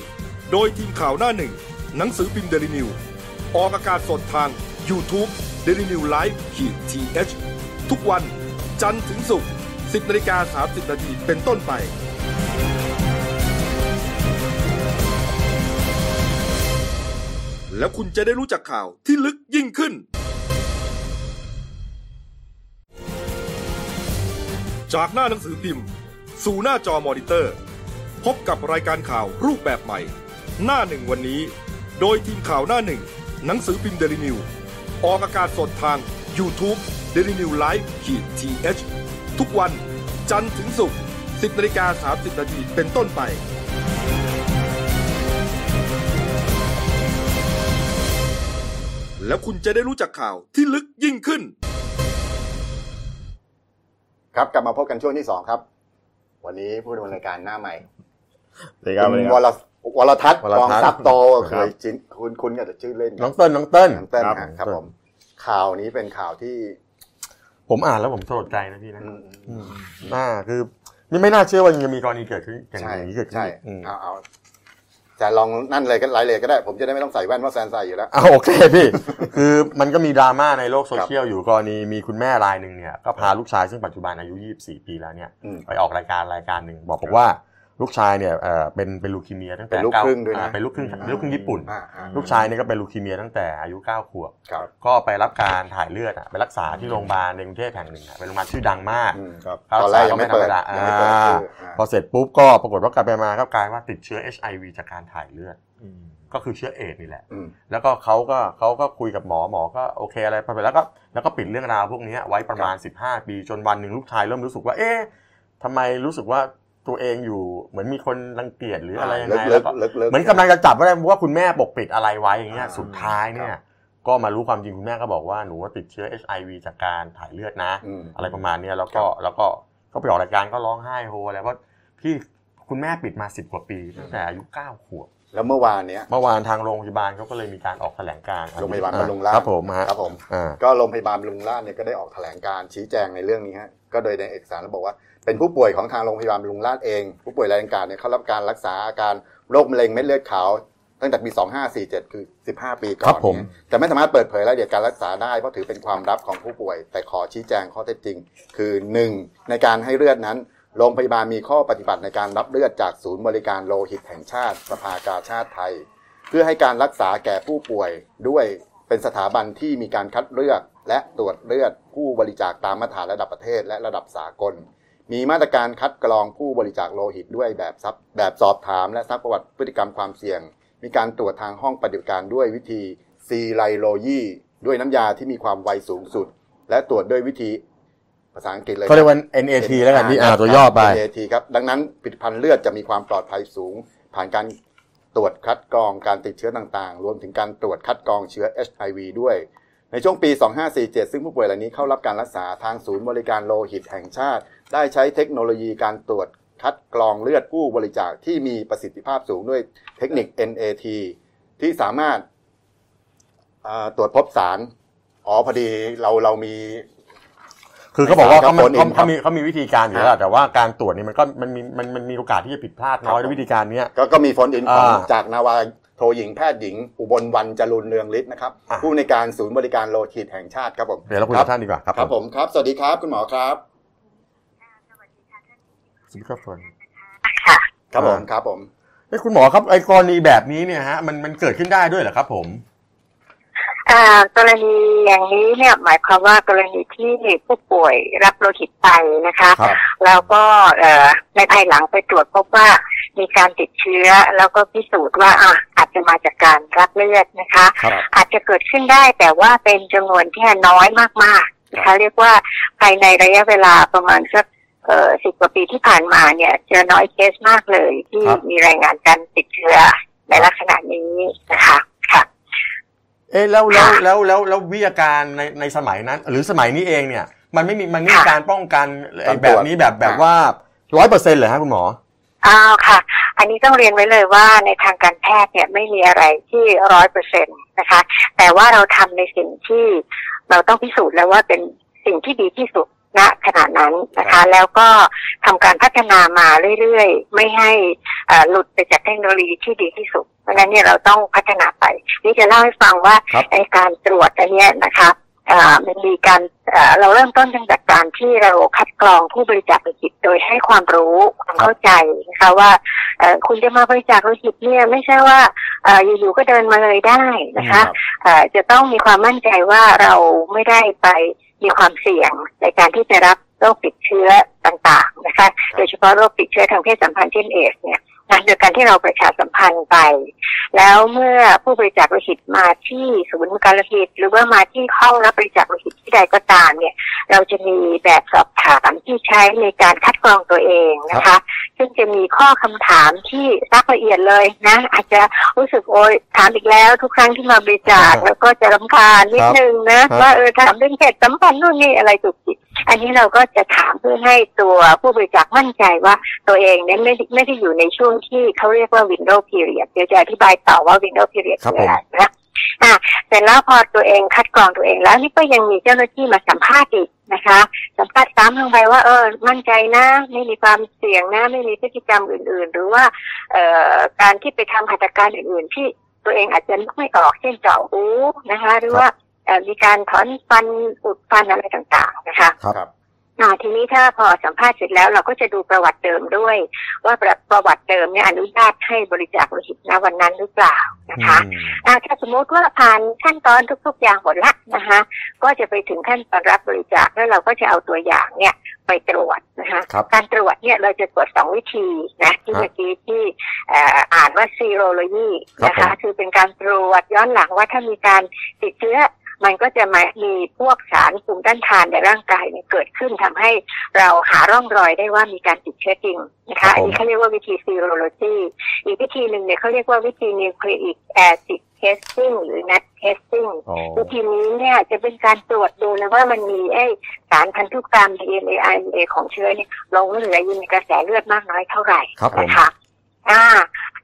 Speaker 4: โดยทีมข่าวหน้าหนึ่ง หนังสือพิมพ์เดลิวิวออกอากาศสดทาง YouTube d e l i n e w l i v e ขีดทีทุกวันจันทร์ถึงศุกร์10นาฬิกา30นาทีเป็นต้นไป แล้วคุณจะได้รู้จักข่าวที่ลึกยิ่งขึ้น จากหน้าหนังสือพิมพ์ สู่หน้าจอมอนิเตอร์ พบกับรายการข่าวรูปแบบใหม่ หน้าหนึ่งวันนี้ โดยทีมข่าวหน้าหนึ่ง หนังสือพิมพ์เดลิวิวออกอากาศสดทาง YouTube d e l i n e w l i v e ขีดทีทุกวันจันทร์ถึงศุกร์10นาฬิกา30นาทีเป็นต้นไป แล้วคุณจะได้รู้จักข่าวที่ลึกยิ่งขึ้น
Speaker 1: ครับกลับมาพบกันช่วงที่สองครับ วันนี้ผู้ดำเนินรายการหน้าใหม่ณวรวรทัศน์
Speaker 2: วรทั
Speaker 1: กอ
Speaker 2: ศน์
Speaker 1: งทรัพย์โต
Speaker 2: ค
Speaker 1: เครับ ยจินคุณคุณกับชื่อเล่น
Speaker 2: น้องเติ้ลน้องเติ้ล
Speaker 1: น้องเต้น
Speaker 2: ค
Speaker 1: ค
Speaker 2: รั
Speaker 1: รั
Speaker 2: บบ
Speaker 1: ครับผมข่าวนี้เป็นข่าวที่
Speaker 2: ผมอ่านแล้วผมสลดใจนะพี่นะ
Speaker 1: อืม
Speaker 2: น่าคือนี่ไม่น่าเชื่อว่ายังจะมีกรณีเกิดขึ้นอย่าง
Speaker 1: ใช่
Speaker 2: นี้เกิดขึ้น
Speaker 1: ใช่
Speaker 2: อืม
Speaker 1: เอาเอาแต่ลองนั่นเลยก็ไลน์เลยก็ได้ ผมจะได้ไม่ต้องใส่แว่นว่าะแซนใส่อยู่แล้ว
Speaker 2: อ่ะโอเคพี่
Speaker 1: *laughs*
Speaker 2: คือมันก็มีดราม่าในโลกโซเชียลอยู่กรณีมีคุณแม่รายหนึ่งเนี่ยก็พาลูกชายซึ่งปัจจุบันอายุ 24 ปีแล้วเนี่ย
Speaker 1: อืม
Speaker 2: ไปออกรายการรายการหนึ่งบอกบอกว่าลูกชายเนี่ยเอ่อเป็นเป็นลูคีเมียตั้งแต่
Speaker 1: เป็นลูก
Speaker 2: า
Speaker 1: ครึ่งด้วยนะ
Speaker 2: อ่าเป็นลูกครึ่งเป็นลูกครึ่งญี่ปุ่น
Speaker 1: อ่าอ่า
Speaker 2: ลูกชายเนี่ยก็เป็นลูคีเมียตั้งแต่อายุ 9 ขวบ
Speaker 1: ครับ
Speaker 2: ก็ไปรับการถ่ายเลือดอะไปรักษาที่โรงพยาบาลในกรุงเทพแห่งหนึ่งอะเป็นโรงพยาบาลชื่อดังมาก
Speaker 1: อืมครับ
Speaker 2: ครับ
Speaker 1: ตอนแรกยังไม่เปิด
Speaker 2: สายก็
Speaker 1: ยัง
Speaker 2: ไม่
Speaker 1: ไม่เปิด
Speaker 2: ธรรมดา
Speaker 1: ชื่ออ่า
Speaker 2: พอเสร็จปุ๊บก็ปรากฏว่ากลับไปมาก็กลายว่าติดเชื้อ HIV จากการถ่ายเลือด ก็คือเชื้อเอดส์นี่แหละ
Speaker 1: อืม
Speaker 2: แล้วก็เขาก็เขาก็คุยกับหมอหมอก็โอเคอะไรไปแล้วก็แล้วก็ปิดเรื่องราวพวกนี้ไว้ประมาณ 15 ปีจนวันหนึ่งลูกชายเริ่มรู้สึกว่า เอ๊ะทำไมรู้สึกว่าตัวเองอยู่เหมือนมีคนรังเกียจหรืออะไรยังไง
Speaker 1: ลึ
Speaker 2: แล้ว
Speaker 1: ก
Speaker 2: ก็
Speaker 1: ๆลึกๆ
Speaker 2: เหมือนกำลังจะจับว่าได้ว่าคุณแม่ปกปิดอะไรไว้อย่างเงี้ย
Speaker 1: อ่า
Speaker 2: สุดท้ายเนี่
Speaker 1: ค
Speaker 2: ย
Speaker 1: รับ
Speaker 2: ก็มารู้ความจริงคุณแม่ก็บอกว่าหนูว่าติดเชื้อ HIV จากการถ่ายเลือดนะ
Speaker 1: อืม
Speaker 2: อะไรประมาณเนี้ยแล้วก็แล้วก็ก็ไปออกรายการก็ร้องไห้โฮอะไรเพราะที่คุณแม่ปิดมาสิบกว่าปีตั้งแต่อายุเก้าขวบ
Speaker 1: แล้วเมื่อวานเนี้ย
Speaker 2: เมื่อวานทางโรงพยาบาลเขาก็เลยมีการออกแถลงการณ์
Speaker 1: โรงพยาบาล
Speaker 2: อ่
Speaker 1: บำรุงราษฎร์
Speaker 2: ครับผมฮะ
Speaker 1: ครับผม
Speaker 2: อ่า
Speaker 1: ก็โรงพยาบาลบำรุงราษฎร์เนี่ยก็ได้ออกแถลงการชี้แจงในเรื่องนี้ฮะก็โดยในเอกสารระบอกว่า เป็นผู้ป่วยของทางโรงพยาบาลบำรุงราษฎร์เอง ผู้ป่วยรายดังกล่าวเนี่ยเขารับการรักษาอาการโรคมะเร็งเม็ดเลือดขาว ตั้งแต่ปี 2547 คือ 15 ปีก่อน
Speaker 2: ครับผม
Speaker 1: เนี่ยแต่ไม่สามารถเปิดเผยรายละเอียดการรักษาได้เพราะถือเป็นความลับของผู้ป่วย แต่ขอชี้แจงข้อเท็จจริง คือ 1 ในการให้เลือดนั้น โรงพยาบาลมีข้อปฏิบัติในการรับเลือดจากศูนย์บริการโลหิตแห่งชาติ สภากาชาติไทย เพื่อให้การรักษาแก่ผู้ป่วยด้วยเป็นสถาบันที่มีการคัดเลือก และตรวจเลือดผู้บริจาคตามมาตรฐานระดับประเทศและระดับสากล มีมาตรการคัดกรองผู้บริจาคโลหิตด้วยแบบซับแบบสอบถามและซักประวัติพฤติกรรมความเสี่ยง มีการตรวจทางห้องปฏิบัติการด้วยวิธีซีไลโลยีด้วยน้ำยาที่มีความไวสูงสุด และตรวจด้วยวิธีภาษาอังกฤษเลย
Speaker 2: เขาเรียกว่า NAT แล้วกันที่อ่าตัวย่อไป
Speaker 1: NAT ครับ ดังนั้นผลิตภัณฑ์เลือดจะมีความปลอดภัยสูง ผ่านการตรวจคัดกรองการติดเชื้อต่างๆ รวมถึงการตรวจคัดกรองเชื้อ HIV ด้วย ในช่วงปี 2547 ซึ่งผู้ป่วยรายนี้เข้ารับการรักษาทางศูนย์บริการโลหิตแห่งชาติ ได้ใช้เทคโนโลยีการตรวจคัดกรองเลือดผู้บริจาคที่มีประสิทธิภาพสูงด้วยเทคนิค NAT ที่สามารถอ่าตรวจพบสาร อ๋อพอดีเราเรามี
Speaker 2: คือเขาบอกว่าเขา
Speaker 1: สารค
Speaker 2: เขา
Speaker 1: รับ
Speaker 2: เขามีเขามีวิธีการอยู่แล้วล่ะแต่ว่าการตรวจนี่มันก็มันมีมันมันมีโอกาสที่จะผิดพลาดน้อย
Speaker 1: ครับ
Speaker 2: ด้วยวิธีการเนี้ย
Speaker 1: ก็ก็มีโฟนอินของ
Speaker 2: อ่า
Speaker 1: จากนาวาโทหญิงแพทย์หญิง อุบลวันจรุนเรืองฤทธิ์นะครับ
Speaker 2: อ่ะ
Speaker 1: ผู้ในวยการศูนย์บริการโลหิตแห่งชาติครับผม
Speaker 2: เดี๋ยวเราคุยกับท่านดีกว่าครับ
Speaker 1: ครับ
Speaker 2: ผ
Speaker 1: ผม มครับ สวัสดีครับคุณหมอครับ
Speaker 2: สวัสดีครับผม
Speaker 1: ครับผมครับผม
Speaker 2: เอ้ยคุณหมอครับไอ้กรณีแบบนี้เนี่ยฮะมันมันเกิดขึ้นได้ด้วยเหรอครับผม
Speaker 5: อ่ากรณีอย่างนี้เนี่ยหมายความว่ากรณีที่ผู้ป่วยรับโลหิตไปนะคะ
Speaker 2: ครับ
Speaker 5: แล้วก็เอ่อในภายหลังไปตรวจพบว่ามีการติดเชื้อ แล้วก็พิสูจน์ว่าอ่ะอาจจะมาจากการรับเลือดนะคะ
Speaker 2: ครับ
Speaker 5: อาจจะเกิดขึ้นได้แต่ว่าเป็นจำนวนที่น้อยมากๆนะคะเรียกว่าภายในระยะเวลาประมาณสักสิบกว่าปีที่ผ่านมาเนี่ยเจอน้อยเคสมากเลยที่
Speaker 2: ครับ
Speaker 5: มีรายงานการติดเชื้อในลักษณะนี้นะคะค่ะ
Speaker 2: เอ๊ะแล้วแล้วแล้วแล้วแล้ววิทยาการในในสมัยนั้น หรือสมัยนี้เองเนี่ย มันไม่มีมันไม่มี
Speaker 5: ค่ะ
Speaker 2: การป้องกันไอ้
Speaker 1: การต
Speaker 2: แบ
Speaker 1: รวจ
Speaker 2: บนี้แบบแบบ
Speaker 1: อ่า
Speaker 2: ว่าร้อยเปอร์เซ็นต์เลยฮะคุณหมอ
Speaker 5: อ้าวค่ะ อันนี้ต้องเรียนไว้เลยว่าในทางการแพทย์เนี่ยไม่มีอะไรที่ร้อยเปอร์เซ็นต์นะคะ แต่ว่าเราทำในสิ่งที่เราต้องพิสูจน์แล้วว่าเป็นสิ่งที่ดีที่สุดณขณะนั้นนะคะ แล้วก็ทำการพัฒนามาเรื่อยๆ ไม่ให้เอ่อหลุดไปจากเทคโนโลยีที่ดีที่สุด เพราะฉะนั้นเนี่ยเราต้องพัฒนาไป นี่จะเล่าให้ฟังว่า
Speaker 2: ครับ
Speaker 5: ไอการตรวจอันเนี้ยนะคะเอ่อมันมีการเอ่อเราเริ่มต้นตั้งแต่การที่เราคัดกรองผู้บริจาคโลหิตโดยให้ความรู้ความเข้าใจนะคะว่า เอ่อคุณจะมาบริจาคโลหิตเนี่ยไม่ใช่ว่าเอ่ออยู่ๆก็เดินมาเลยได้นะคะเอ่อจะต้องมีความมั่นใจว่าเราไม่ได้ไปมีความเสี่ยงในการที่จะรับโรคติดเชื้อต่างๆนะคะโดยเฉพาะโรคติดเชื้อทางเพศสัมพันธ์เช่นเอดส์เนี่ยนะโดยการที่เราประชาสัมพันธ์ไป แล้วเมื่อผู้บริจาคโลหิตมาที่ศูนย์บริการโลหิต หรือว่ามาที่ห้องรับบริจาคโลหิตที่ใดก็ตามเนี่ยเราจะมีแบบสอบถามที่ใช้ในการคัดกรองตัวเองนะคะ ซึ่งจะมีข้อคำถามที่ซักละเอียดเลยนะ อาจจะรู้สึกโอยถามอีกแล้วทุกครั้งที่มาบริจาค แล้วก็จะรำคาญนิดนึงนะ
Speaker 2: ครับ
Speaker 5: ว่าเออถามเรื่องเพศสัมพันธ์นู่นนี่อะไรจุกจิกอันนี้เราก็จะถามเพื่อให้ตัวผู้บริจาคมั่นใจว่าตัวเองเนี่ยไม่ได้ไม่ได้อยู่ในช่วงที่เขาเรียกว่า window period เดี๋ยวจะอธิบายต่อว่า window period
Speaker 2: ครับ
Speaker 5: คือ
Speaker 2: ผม
Speaker 5: อะไรนะอ่ะเสร็จแล้วพอตัวเองคัดกรองตัวเองแล้วนี่ก็ยังมีเจ้าหน้าที่มาสัมภาษณ์อีกนะคะ สัมภาษณ์ซ้ำลงไปว่าเออมั่นใจนะ ไม่มีความเสี่ยงนะ ไม่มีพฤติกรรมอื่น ๆ หรือว่าเอ่อการที่ไปทำหัตถการอื่น ๆ ที่ตัวเองอาจจะนึกไม่ออกเช่นเจาะหูนะคะ หรือว่าเอ่อมีการถอนฟันอุดฟันอะไรต่างๆนะคะ
Speaker 1: ครับ
Speaker 5: อ่าทีนี้ถ้าพอสัมภาษณ์เสร็จแล้วเราก็จะดูประวัติเดิมด้วย ว่าประประวัติเดิมเนี่ยอนุญาตให้บริจาคโลหิตณวันนั้นหรือเปล่านะคะ
Speaker 2: อืม
Speaker 5: อ่าถ้าสมมติว่าผ่านขั้นตอนทุก ๆ อย่างหมดละนะคะ ก็จะไปถึงขั้นตอนรับบริจาคแล้วเราก็จะเอาตัวอย่างเนี่ยไปตรวจนะคะ นะคะ
Speaker 2: ครับ
Speaker 5: การตรวจเนี่ยเราจะตรวจสองวิธีนะที่
Speaker 2: ฮะ
Speaker 5: เมื่อกี้ที่เอ่ออ่านว่าซีโรโลยีนะ
Speaker 2: ครั
Speaker 5: คะ
Speaker 2: บผม
Speaker 5: คือเป็นการตรวจย้อนหลังว่าถ้ามีการติดเชื้อ มันก็จะมามีพวกสารภูมิต้านทานในร่างกายเนี่ยเกิดขึ้นทำให้เราหาร่องรอยได้ว่ามีการติดเชื้อจริงนะ
Speaker 2: ครั
Speaker 5: คะ
Speaker 2: บผม
Speaker 5: อันนี้เขาเรียกว่าวิธีซีโรโลจีอีกวิธีหนึ่งเนี่ยเขาเรียกว่าวิธีนิวคลีอิกแอซิดเทสติ้งหรือนัทเทสติ้ง
Speaker 2: อ๋อ
Speaker 5: วิธีนี้เนี่ยจะเป็นการตรวจดูเลยว่ามันมีไอสารพันธุกรรม DNA RNA ของเชื้อเนี่ยหลงเหลืออยู่ในกระแสเลือดมากน้อยเท่าไหร่
Speaker 2: ครับผม
Speaker 5: นะคะอ่า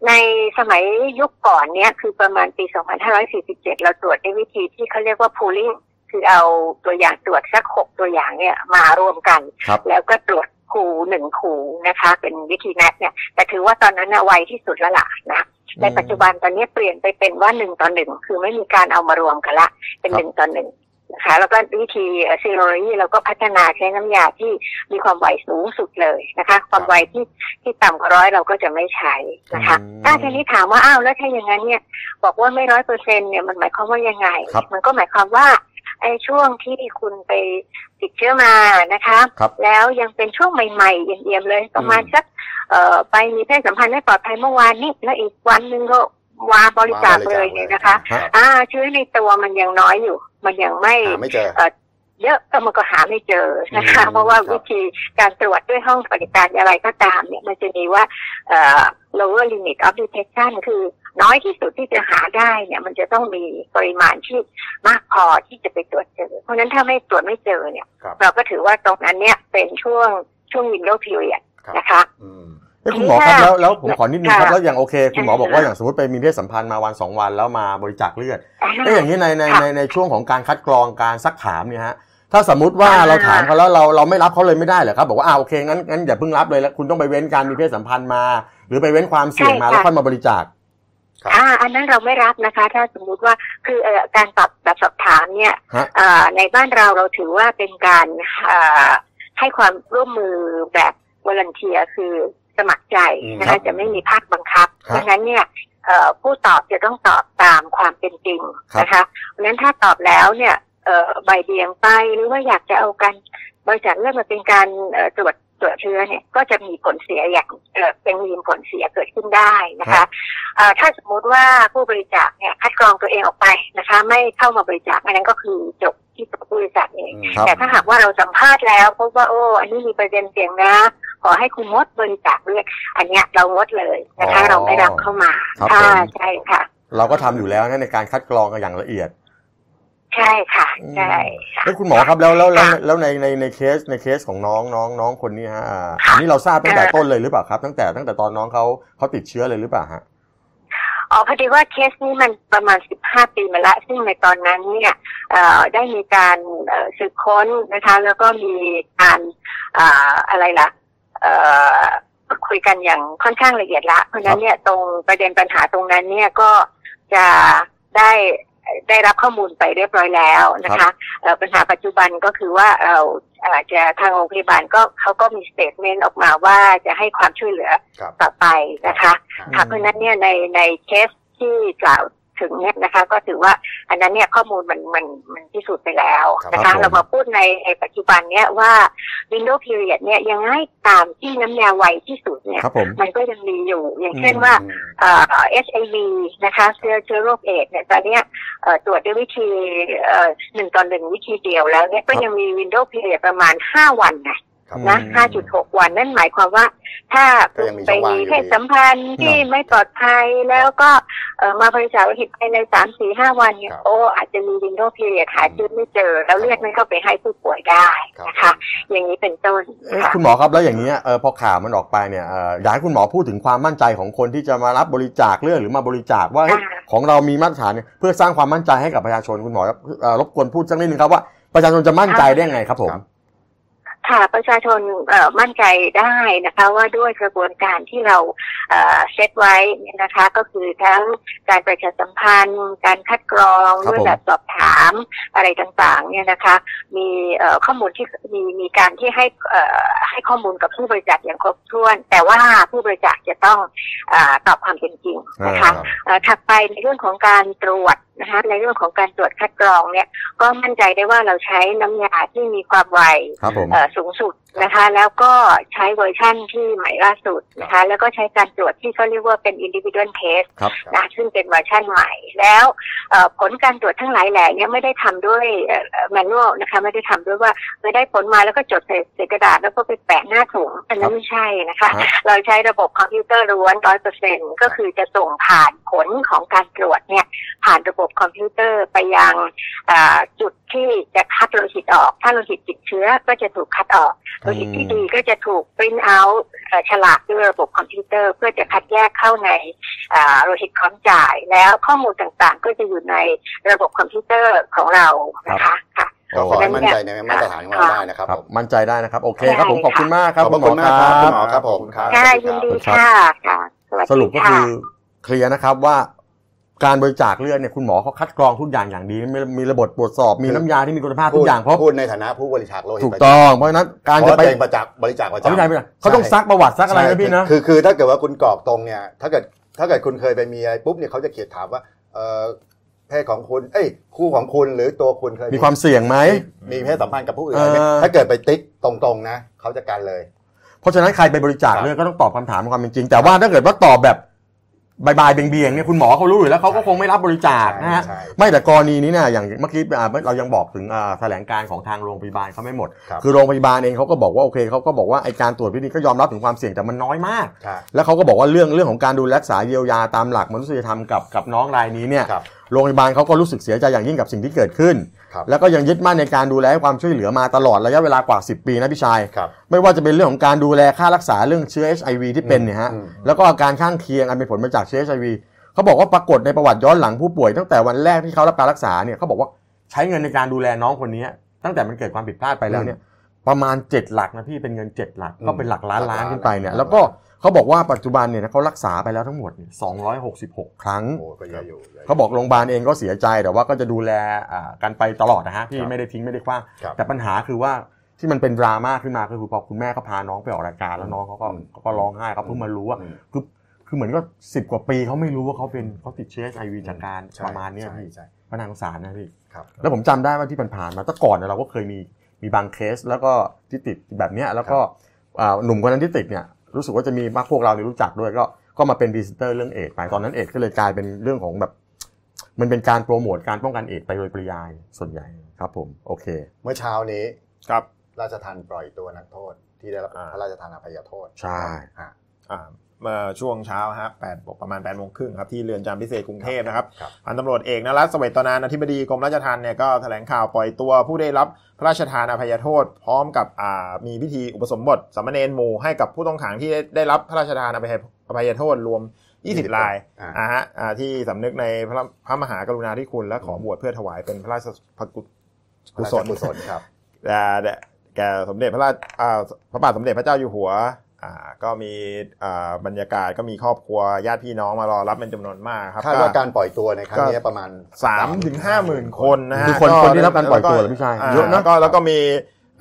Speaker 5: ในสมัยยุคก่อนเนี่ยคือประมาณปี 2547 เราตรวจด้วยวิธีที่เขาเรียกว่า pooling คือเอาตัวอย่างตรวจสัก 6 ตัวอย่างเนี่ยมารวมกัน
Speaker 2: ครับ
Speaker 5: แล้วก็ตรวจขู่หนึ่งขู่นะคะ เป็นวิธีนัดเนี่ย แต่ถือว่าตอนนั้นนะไวที่สุดและล่ะนะ ในปัจจุบันตอนนี้เปลี่ยนไปเป็นว่าหนึ่งต่อหนึ่งคือไม่มีการเอามารวมกันละ เป็น
Speaker 2: ครับ
Speaker 5: หนึ่งต่อหนึ่งนะคะ แล้วก็วิธีซีโรโลยีเราก็พัฒนาใช้น้ำยาที่มีความไวสูงสุดเลยนะคะ ความไวที่ที่ต่ำกว่าร้อยเราก็จะไม่ใช้นะคะ
Speaker 2: อืม
Speaker 5: ถ้าทีนี้ถามว่าอ้าวแล้วถ้าอย่างนั้นเนี่ย บอกว่าไม่ร้อยเปอร์เซ็นเนี่ยมันหมายความว่ายังไง
Speaker 2: ครับ
Speaker 5: มันก็หมายความว่าไอ้ช่วงที่คุณไปติดเชื้อมานะคะ
Speaker 2: ครับ
Speaker 5: แล้วยังเป็นช่วงใหม่ๆเอี่ยมๆเลย ประมาณสักเอ่อไปมีเพศสัมพันธ์ไม่ปลอดภัยเมื่อวานนี้แล้วอีกวันหนึ่งก็วาบริจาคเลยเนี่ยนะคะ
Speaker 2: ครับ
Speaker 5: อ่าเชื้อในตัวมันยังน้อยอยู่ มันยังไม่
Speaker 1: หาไม่เจอ
Speaker 5: เยอะก็มันก็หาไม่เจอนะคะ
Speaker 2: อืม
Speaker 5: เพราะว่า
Speaker 1: ครับ
Speaker 5: วิธีการตรวจด้วยห้องปฏิการอะไรก็ตามเนี่ยมันจะมีว่าเอ่อ lower limit of detection คือน้อยที่สุดที่จะหาได้เนี่ย มันจะต้องมีปริมาณที่มากพอที่จะไปตรวจเจอ เพราะฉะนั้นถ้าไม่ตรวจไม่เจอเนี่ย
Speaker 1: ครับ
Speaker 5: เราก็ถือว่าตรงนั้นเนี่ยเป็นช่วงช่วง window period
Speaker 1: ครับ
Speaker 5: นะคะ
Speaker 1: อืม
Speaker 2: เอ้ยคุณหมอครับ
Speaker 5: ค่ะ
Speaker 2: แล้วแล้วผมขอนิดนึงครับ
Speaker 5: ค่ะ
Speaker 2: แล้วอย่างโอเค คุณหมอ
Speaker 5: ค่ะ
Speaker 2: บอกว่าอย่างสมมติไปมีเพศสัมพันธ์มาวันสองวันแล้วมาบริจาคเลือดก็อย่างนี้ในใน
Speaker 5: ค่ะ
Speaker 2: ในในช่วงของการคัดกรองการซักถามเนี่ยฮะถ้าสมมติว่า
Speaker 5: อ่า
Speaker 2: เราถามเขาแล้วเราเราไม่รับเขาเลยไม่ได้เหรอครับบอกว่าอ่าโอเคงั้นงั้นอย่าเพิ่งรับเลยแล้วคุณต้องไปเว้นการมีเพศสัมพันธ์มา หรือไปเว้นความเสี่ยงมาแล้วค่อยมาบริจาค
Speaker 1: ครับ
Speaker 5: อ่าอันนั้นเราไม่รับนะคะ ถ้าสมมุติว่าคือเอ่อการตอบแบบสอบถามเนี่ย
Speaker 2: ฮะ
Speaker 5: เอ่อในบ้านเราเราถือว่าเป็นการเอ่อให้ความร่วมมือแบบวอลันเทียคือสมัครใจนะ
Speaker 1: ครั
Speaker 5: คะ
Speaker 1: บ
Speaker 5: จะไม่มีภาคบังคับ
Speaker 2: ฮะ
Speaker 5: ดังนั้นเนี่ยเอ่อผู้ตอบจะต้องตอบตามความเป็นจริง
Speaker 2: ครับ
Speaker 5: นะคะเพราะฉะนั้นถ้าตอบแล้วเนี่ยเอ่อใบเบี่ยงไปหรือว่าอยากจะเอาการบริจาคเลือดมาเป็นการเอ่อตรวจตรวจเชื้อเนี่ยก็จะมีผลเสียอย่างเอ่อเป็นมีผลเสียเกิดขึ้นได้นะคะ เอ่อถ้าสมมุติว่าผู้บริจาคเนี่ยคัดกรองตัวเองออกไปนะคะ ไม่เข้ามาบริจาคอันนั้นก็คือจบที่ตัวผู้บริจาคเอง
Speaker 1: อืม
Speaker 2: ครับ
Speaker 5: แต่ถ้าหากว่าเราสัมภาษณ์แล้วพบว่าโอ้อันนี้มีประเด็นเสี่ยงนะ ขอให้คุณงดบริจาคเลือดอันเนี้ยเรางดเลยนะคะ
Speaker 2: อ๋อ
Speaker 5: เราไม่รับเข้ามา
Speaker 2: ครับ
Speaker 5: ค่ะ
Speaker 2: ผม
Speaker 5: ใช่ค่ะ
Speaker 2: เราก็ทำอยู่แล้วนะในการคัดกรองกันอย่างละเอียด
Speaker 5: ใช่ค่ะใช่ค่ะ
Speaker 2: เอ้ยคุณหมอครับแล้วแล้วแล้ว
Speaker 5: ค่ะ
Speaker 2: แล้วในในในเคสในเคสของน้องน้องน้องคนนี้ฮะอ่าอันนี้เราทราบตั้งแต่ต้นเลยหรือเปล่าครับ ตั้งแต่ตั้งแต่ตอนน้องเขาเขาติดเชื้อเลยหรือเปล่าฮะ
Speaker 5: อ๋อพอดีว่าเคสนี้มันประมาณ 15 ปีมาละ ซึ่งในตอนนั้นเนี่ยเอ่อได้มีการเอ่อสืบค้นนะคะ แล้วก็มีการเอ่ออะไรล่ะเอ่อคุยกันอย่างค่อนข้างละเอียดละ เพราะฉะนั้นเนี่ยตรงประเด็นปัญหาตรงนั้นเนี่ยก็จะได้ได้รับข้อมูลไปเรียบร้อยแล้วนะคะเอ่อปัญหาปัจจุบันก็คือว่าเราอาจจะทางโรงพยาบาลก็เขาก็มีสเตทเมนต์ออกมาว่าจะให้ความช่วยเหลือ
Speaker 1: ครับ
Speaker 5: ต่อไปนะคะ ค่ะ
Speaker 2: อืม
Speaker 5: เพราะฉะนั้นเนี่ยในในเคสที่กล่าวถึงเนี่ยนะคะ ก็ถือว่าอันนั้นเนี่ยข้อมูลมันมันมันพิสูจน์ไปแล้วนะ
Speaker 2: ครับผ
Speaker 5: คะ
Speaker 2: ม
Speaker 5: เรามาพูดในในปัจจุบันเนี่ยว่า Windows Period เนี่ยยังไงตามที่น้ำยาไวที่สุดเนี่ย
Speaker 2: ครับผม
Speaker 5: มันก็ยังมีอยู่อย่างเช่น
Speaker 2: อืม
Speaker 5: ว่า
Speaker 1: อืม
Speaker 5: เอ่อ HIV นะคะเชื้อเชื้อโรคเอดส์เนี่ยตอนเนี้ยเอ่อตรวจด้วยวิธีเอ่อหนึ่งต่อหนึ่งวิธีเดียวแล้วเนี่ยก็ยังมี Windows Period ประมาณ 5 วันนะ
Speaker 1: ครับ
Speaker 5: นะ
Speaker 2: อืม
Speaker 5: 5.6 วัน นั่นหมายความว่า ถ้า
Speaker 1: ก็ยังมี
Speaker 5: ไป
Speaker 1: ช่องว่าง
Speaker 5: มี
Speaker 1: อยู่
Speaker 5: เพศสัมพันธ์ที่ไม่ปลอดภัยแล้วก็เอ่อมาบริจาคโลหิตภายใน 3-4-5 วันเนี่ย โอ้ อาจจะมีวินโดว์พีเรียหาชื้อไม่เจอ แล้วเลือดไม่เข้าไปให้ผู้ป่วยได้
Speaker 1: ครับ
Speaker 5: นะคะ อย่างนี้เป็นต้น
Speaker 2: เอ้ย
Speaker 5: ค่ะ
Speaker 2: คุณหมอครับแล้วอย่างเงี้ยเออพอข่าวมันออกไปเนี่ยเอ่ออยากให้คุณหมอพูดถึงความมั่นใจของคนที่จะมารับบริจาคเลือดหรือมาบริจาคว่าเฮ้ย
Speaker 5: อ่า
Speaker 2: ของเรามีมาตรฐานเนี่ยเพื่อสร้างความมั่นใจให้กับประชาชนคุณหมอครับเอ่อรบกวนพูดสักนิดนึงครับว่าประชาชนจะมั่นใจได้ยังไงครับผม
Speaker 1: ครับ
Speaker 5: ค่ะประชาชนเอ่อมั่นใจได้นะคะว่าด้วยกระบวนการที่เราเอ่อเซตไว้เนี่ยนะคะ ก็คือทั้งการประชาสัมพันธ์ การคัดกรอง
Speaker 2: ครับผม
Speaker 5: ด้วยแบบสอบถามอะไรต่างๆเนี่ยนะคะ มีเอ่อข้อมูลที่มีมีการที่ให้เอ่อให้ข้อมูลกับผู้บริจาคอย่างครบถ้วน แต่ว่าผู้บริจาคจะต้องเออตอบความเป็นจริงนะคะ
Speaker 2: อ่า
Speaker 5: เอ่อถัดไปในเรื่องของการตรวจนะคะในเรื่องของการตรวจคัดกรองเนี่ยก็มั่นใจได้ว่าเราใช้น้ำยาที่มีความไว
Speaker 2: ครับผม
Speaker 5: เอ่อสูงสุด นะคะ แล้วก็ใช้เวอร์ชั่นที่ใหม่ล่าสุดนะคะ แล้วก็ใช้การตรวจที่เขาเรียกว่าเป็น individual test
Speaker 2: ครับ
Speaker 5: นะซึ่งเป็นเวอร์ชันใหม่แล้วเอ่อผลการตรวจทั้งหลายแหล่เนี่ยไม่ได้ทำด้วยแมนนวลนะคะ ไม่ได้ทำด้วยว่าเออได้ผลมาแล้วก็จดใส่ใส่กระดาษแล้วก็ไปแปะหน้าถุงอันนั้นไม่ใช่นะคะ
Speaker 2: ฮะ
Speaker 5: เราใช้ระบบคอมพิวเตอร์ล้วนร้อยเปอร์เซ็นก็คือจะส่งผ่านผลของการตรวจเนี่ยผ่านระบบคอมพิวเตอร์ไปยังเอ่อจุดที่จะคัดโลหิตออก ถ้าโลหิตติดเชื้อก็จะถูกคัดออก โดยที่ดีก็จะถูกปริ้นเอาฉลากด้วยระบบคอมพิวเตอร์ เพื่อจะคัดแยกเข้าในเอ่อโลหิตค้อมจ่าย แล้วข้อมูลต่างๆ ก็จะอยู่ในระบบคอมพิวเตอร์ของเรานะคะค่ะ
Speaker 1: ก็ขอให้
Speaker 5: โอ้
Speaker 1: มั่นใจในมาตรฐานของเราได้นะครับ
Speaker 2: ครับ
Speaker 1: ผม
Speaker 2: มั่นใจได้นะครับ โอเคครับผมขอบคุณมากครับ
Speaker 1: ขอบพระคุณมากครับ
Speaker 2: ณหอ
Speaker 1: คุณหมอครับผมครับ
Speaker 5: ค่ะยินดีค่ะค่ะวัสดี
Speaker 2: สรุปก็
Speaker 5: ะ
Speaker 2: คือเคลียร์นะครับว่าการบริจาคเลือดเนี่ยคุณหมอเขาคัดกรองทุกอย่างอย่างดีมีมีระบบตรวจสอบมีน้ำยาที่มีคุณภาพทุกอย่างเพราะ
Speaker 1: พูดในฐานะผู้บริจาคโลหิต
Speaker 2: ถูกต้องเพราะฉะนั้นการ
Speaker 1: เพ
Speaker 2: จะ
Speaker 1: ราะ
Speaker 2: ไป
Speaker 1: ตัวเองประจักษ์บริจาคประ
Speaker 2: เขาไม่ใช่
Speaker 1: จำ
Speaker 2: ไม่ใช่เขาต้องซักประวัติซักอะไรนะพี่นะ
Speaker 1: คือคือถ้าเกิดว่าคุณกรอกตรงเนี่ยถ้าเกิดถ้าเกิดคุณเคยไปมีอะไรปุ๊บเนี่ยเขาจะเขียนถามว่าเอ่อเพศของคุณเอ้ยคู่ของคุณหรือตัวคุณเคย
Speaker 2: มีความเสี่ยงไหม
Speaker 1: มีเพศสัมพันธ์กับผู้อื่นไหม
Speaker 2: เออ
Speaker 1: ถ้าเกิดไปติ๊กตรงๆนะเขาจะกันเลย
Speaker 2: เพราะฉะนั้นใครไปบริจาค
Speaker 1: ครับ
Speaker 2: เลือดก็ต้องตอบคำถามความเป็นจริง แต่ว่าถ้าเกิดว่าตอบแบบบายบายเบียงๆเนี่ยคุณหมอเขารู้อยู่แล้วเขาก็คงไม่รับบริจาคนะฮะ
Speaker 1: ใช่ใช่
Speaker 2: ไม่แต่กรณีนี้เนี่ยอย่างเมื่อกี้อ่าเรายังบอกถึงอ่าแถลงการณ์ของทางโรงพยาบาลเขาไม่หมด
Speaker 1: ครับ
Speaker 2: อโรงพยาบาลเองเขาก็บอกว่าโอเคเขาก็บอกว่าไอการตรวจวิธีก็ยอมรับถึงความเสี่ยงแต่มันน้อยมาก
Speaker 1: ใช่
Speaker 2: แล้วเขาก็บอกว่าเรื่องเรื่องของการดูแลรักษาเยียวยาตามหลักมนุษยธรรมกับกับน้องรายนี้เนี่ย
Speaker 1: ครับ
Speaker 2: โรงพยาบาลเขาก็รู้สึกเสียใจอย่างยิ่งกับสิ่งที่เกิดขึ้น
Speaker 1: ครับ
Speaker 2: แล้วก็ยังยึดมั่นในการดูแลให้ความช่วยเหลือมาตลอดระยะเวลากว่า 10 ปีนะพี่ชาย
Speaker 1: ครับ
Speaker 2: ไม่ว่าจะเป็นเรื่องของการดูแลค่ารักษาเรื่องเชื้อ HIV ที่เป็นเนี่ยฮะ
Speaker 1: อืม
Speaker 2: แล้วก็อาการข้างเคียงอันเป็นผลมาจากเชื้อ HIV เขาบอกว่าปรากฏในประวัติย้อนหลังผู้ป่วยตั้งแต่วันแรกที่เขารับการรักษาเนี่ยเขาบอกว่าใช้เงินในการดูแลน้องคนนี้ตั้งแต่มันเกิดความผิดพลาดไปแล้วเนี่ยประมาณ 7 หลักนะพี่เป็นเงิน 7 หลักก็เป็นหลักล้านล้านขึ้นไปเนี่ยแล้วก็เขาบอกว่าปัจจุบันเนี่ยเขารักษาไปแล้วทั้งหมดเนี่ย266 ครั้ง
Speaker 1: โอ้ก็เยอะอยู่เยอะอยู่
Speaker 2: เขาบอกโรงพยาบาลเองก็เสียใจแต่ว่าก็จะดูแลอ่ากันไปตลอดนะฮะที่
Speaker 1: ครับ
Speaker 2: ไม่ได้ทิ้งไม่ได้คว้าง
Speaker 1: ครับ
Speaker 2: แต่ปัญหาคือว่าที่มันเป็นดราม่าขึ้นมาก็คือพอคุณแม่เขาพาน้องไปออกรายการแล้วน้องเขาก็เขาก็ร้องไห้เขาเพิ่งมารู้ว่า
Speaker 1: อืม
Speaker 2: คือคือเหมือนก็สิบกว่าปีเขาไม่รู้ว่าเขาเป็นเขาติดเชื้อไอวีจากการ
Speaker 1: ใช่
Speaker 2: ประมาณเนี้ย
Speaker 1: ใช่
Speaker 2: พี่
Speaker 1: ใช่
Speaker 2: ก็น่าสงสารนะพี่
Speaker 1: ครับ
Speaker 2: แล้วผมจำได้ว่าที่ผ่านๆมาแต่ก่อนเนี่ยเราก็เคยมีมีบางเคส แล้วก็ที่ติดแบบเนี้ยแล้วก็อ่าหนุ่มคนนั้นที่ติดเนี่ยรู้สึกว่าจะมีมากพวกเราเนี่ยรู้จักด้วยก็ก็มาเป็นพรีเซนเตอร์เรื่องเอดส์ไปตอนนั้นเอดส์ก็เลยกลายเป็นเรื่องของแบบ มันเป็นการโปรโมทการป้องกันเอดส์ไปโดยปริยายส่วนใหญ่ครับผมโอเค
Speaker 1: เมื่อเช้านี้
Speaker 6: ครับ
Speaker 1: ราชทันปล่อยตัวนักโทษ ที่ได้รับ
Speaker 6: อ่า
Speaker 1: พระราชทานอภัยโทษ
Speaker 2: ใช่
Speaker 1: อ่า
Speaker 6: อ่าเมื่อช่วงเช้าฮะแปดประมาณ8ปดโมงครึ่งครับที่เรือนจำพิเศษกรุงเทพนะครับ
Speaker 1: ครับ
Speaker 6: พันตำรวจเอกนรัตน์เสเวตนานอธิบดีกรมราชทัณฑ์เนี่ยก็แถลงข่าวปล่อยตัวผู้ได้รับพระราชทานอภัยโทษ พร้อมกับอ่ามีพิธีอุปสมบทสามเณรหมู่ให้กับผู้ต้องขังที่ได้ได้รับพระราชทานอภัยอภัยโทษรวม 20ราย
Speaker 1: อ่า
Speaker 6: อ่าฮะอ่าที่สำนึกในพระพระมหากรุณาธิคุณและขอบวชเพื่อถวายเป็นพระราช
Speaker 1: พระ
Speaker 6: กุ
Speaker 1: ราช
Speaker 6: ศล
Speaker 1: กุศลครับ
Speaker 6: อ่าแต่แก่สมเด็จพระราชอ่าพระบาทสมเด็จพระเจ้าอยู่หัวอ่าก็มีอ่าบรรยากาศก็มีครอบครัวญาติพี่น้องมารอรับเป็นจำนวนมากครับ
Speaker 1: คาดว่าการปล่อยตัวในครั้งนี้ประมาณ
Speaker 6: สามถึงห้าหมื่นคนนะฮะ
Speaker 2: คือคนคนที่รับการปล่อยตัวเหรอพี่ชายเยอะนะ
Speaker 6: แล้วก็แล้วก็มี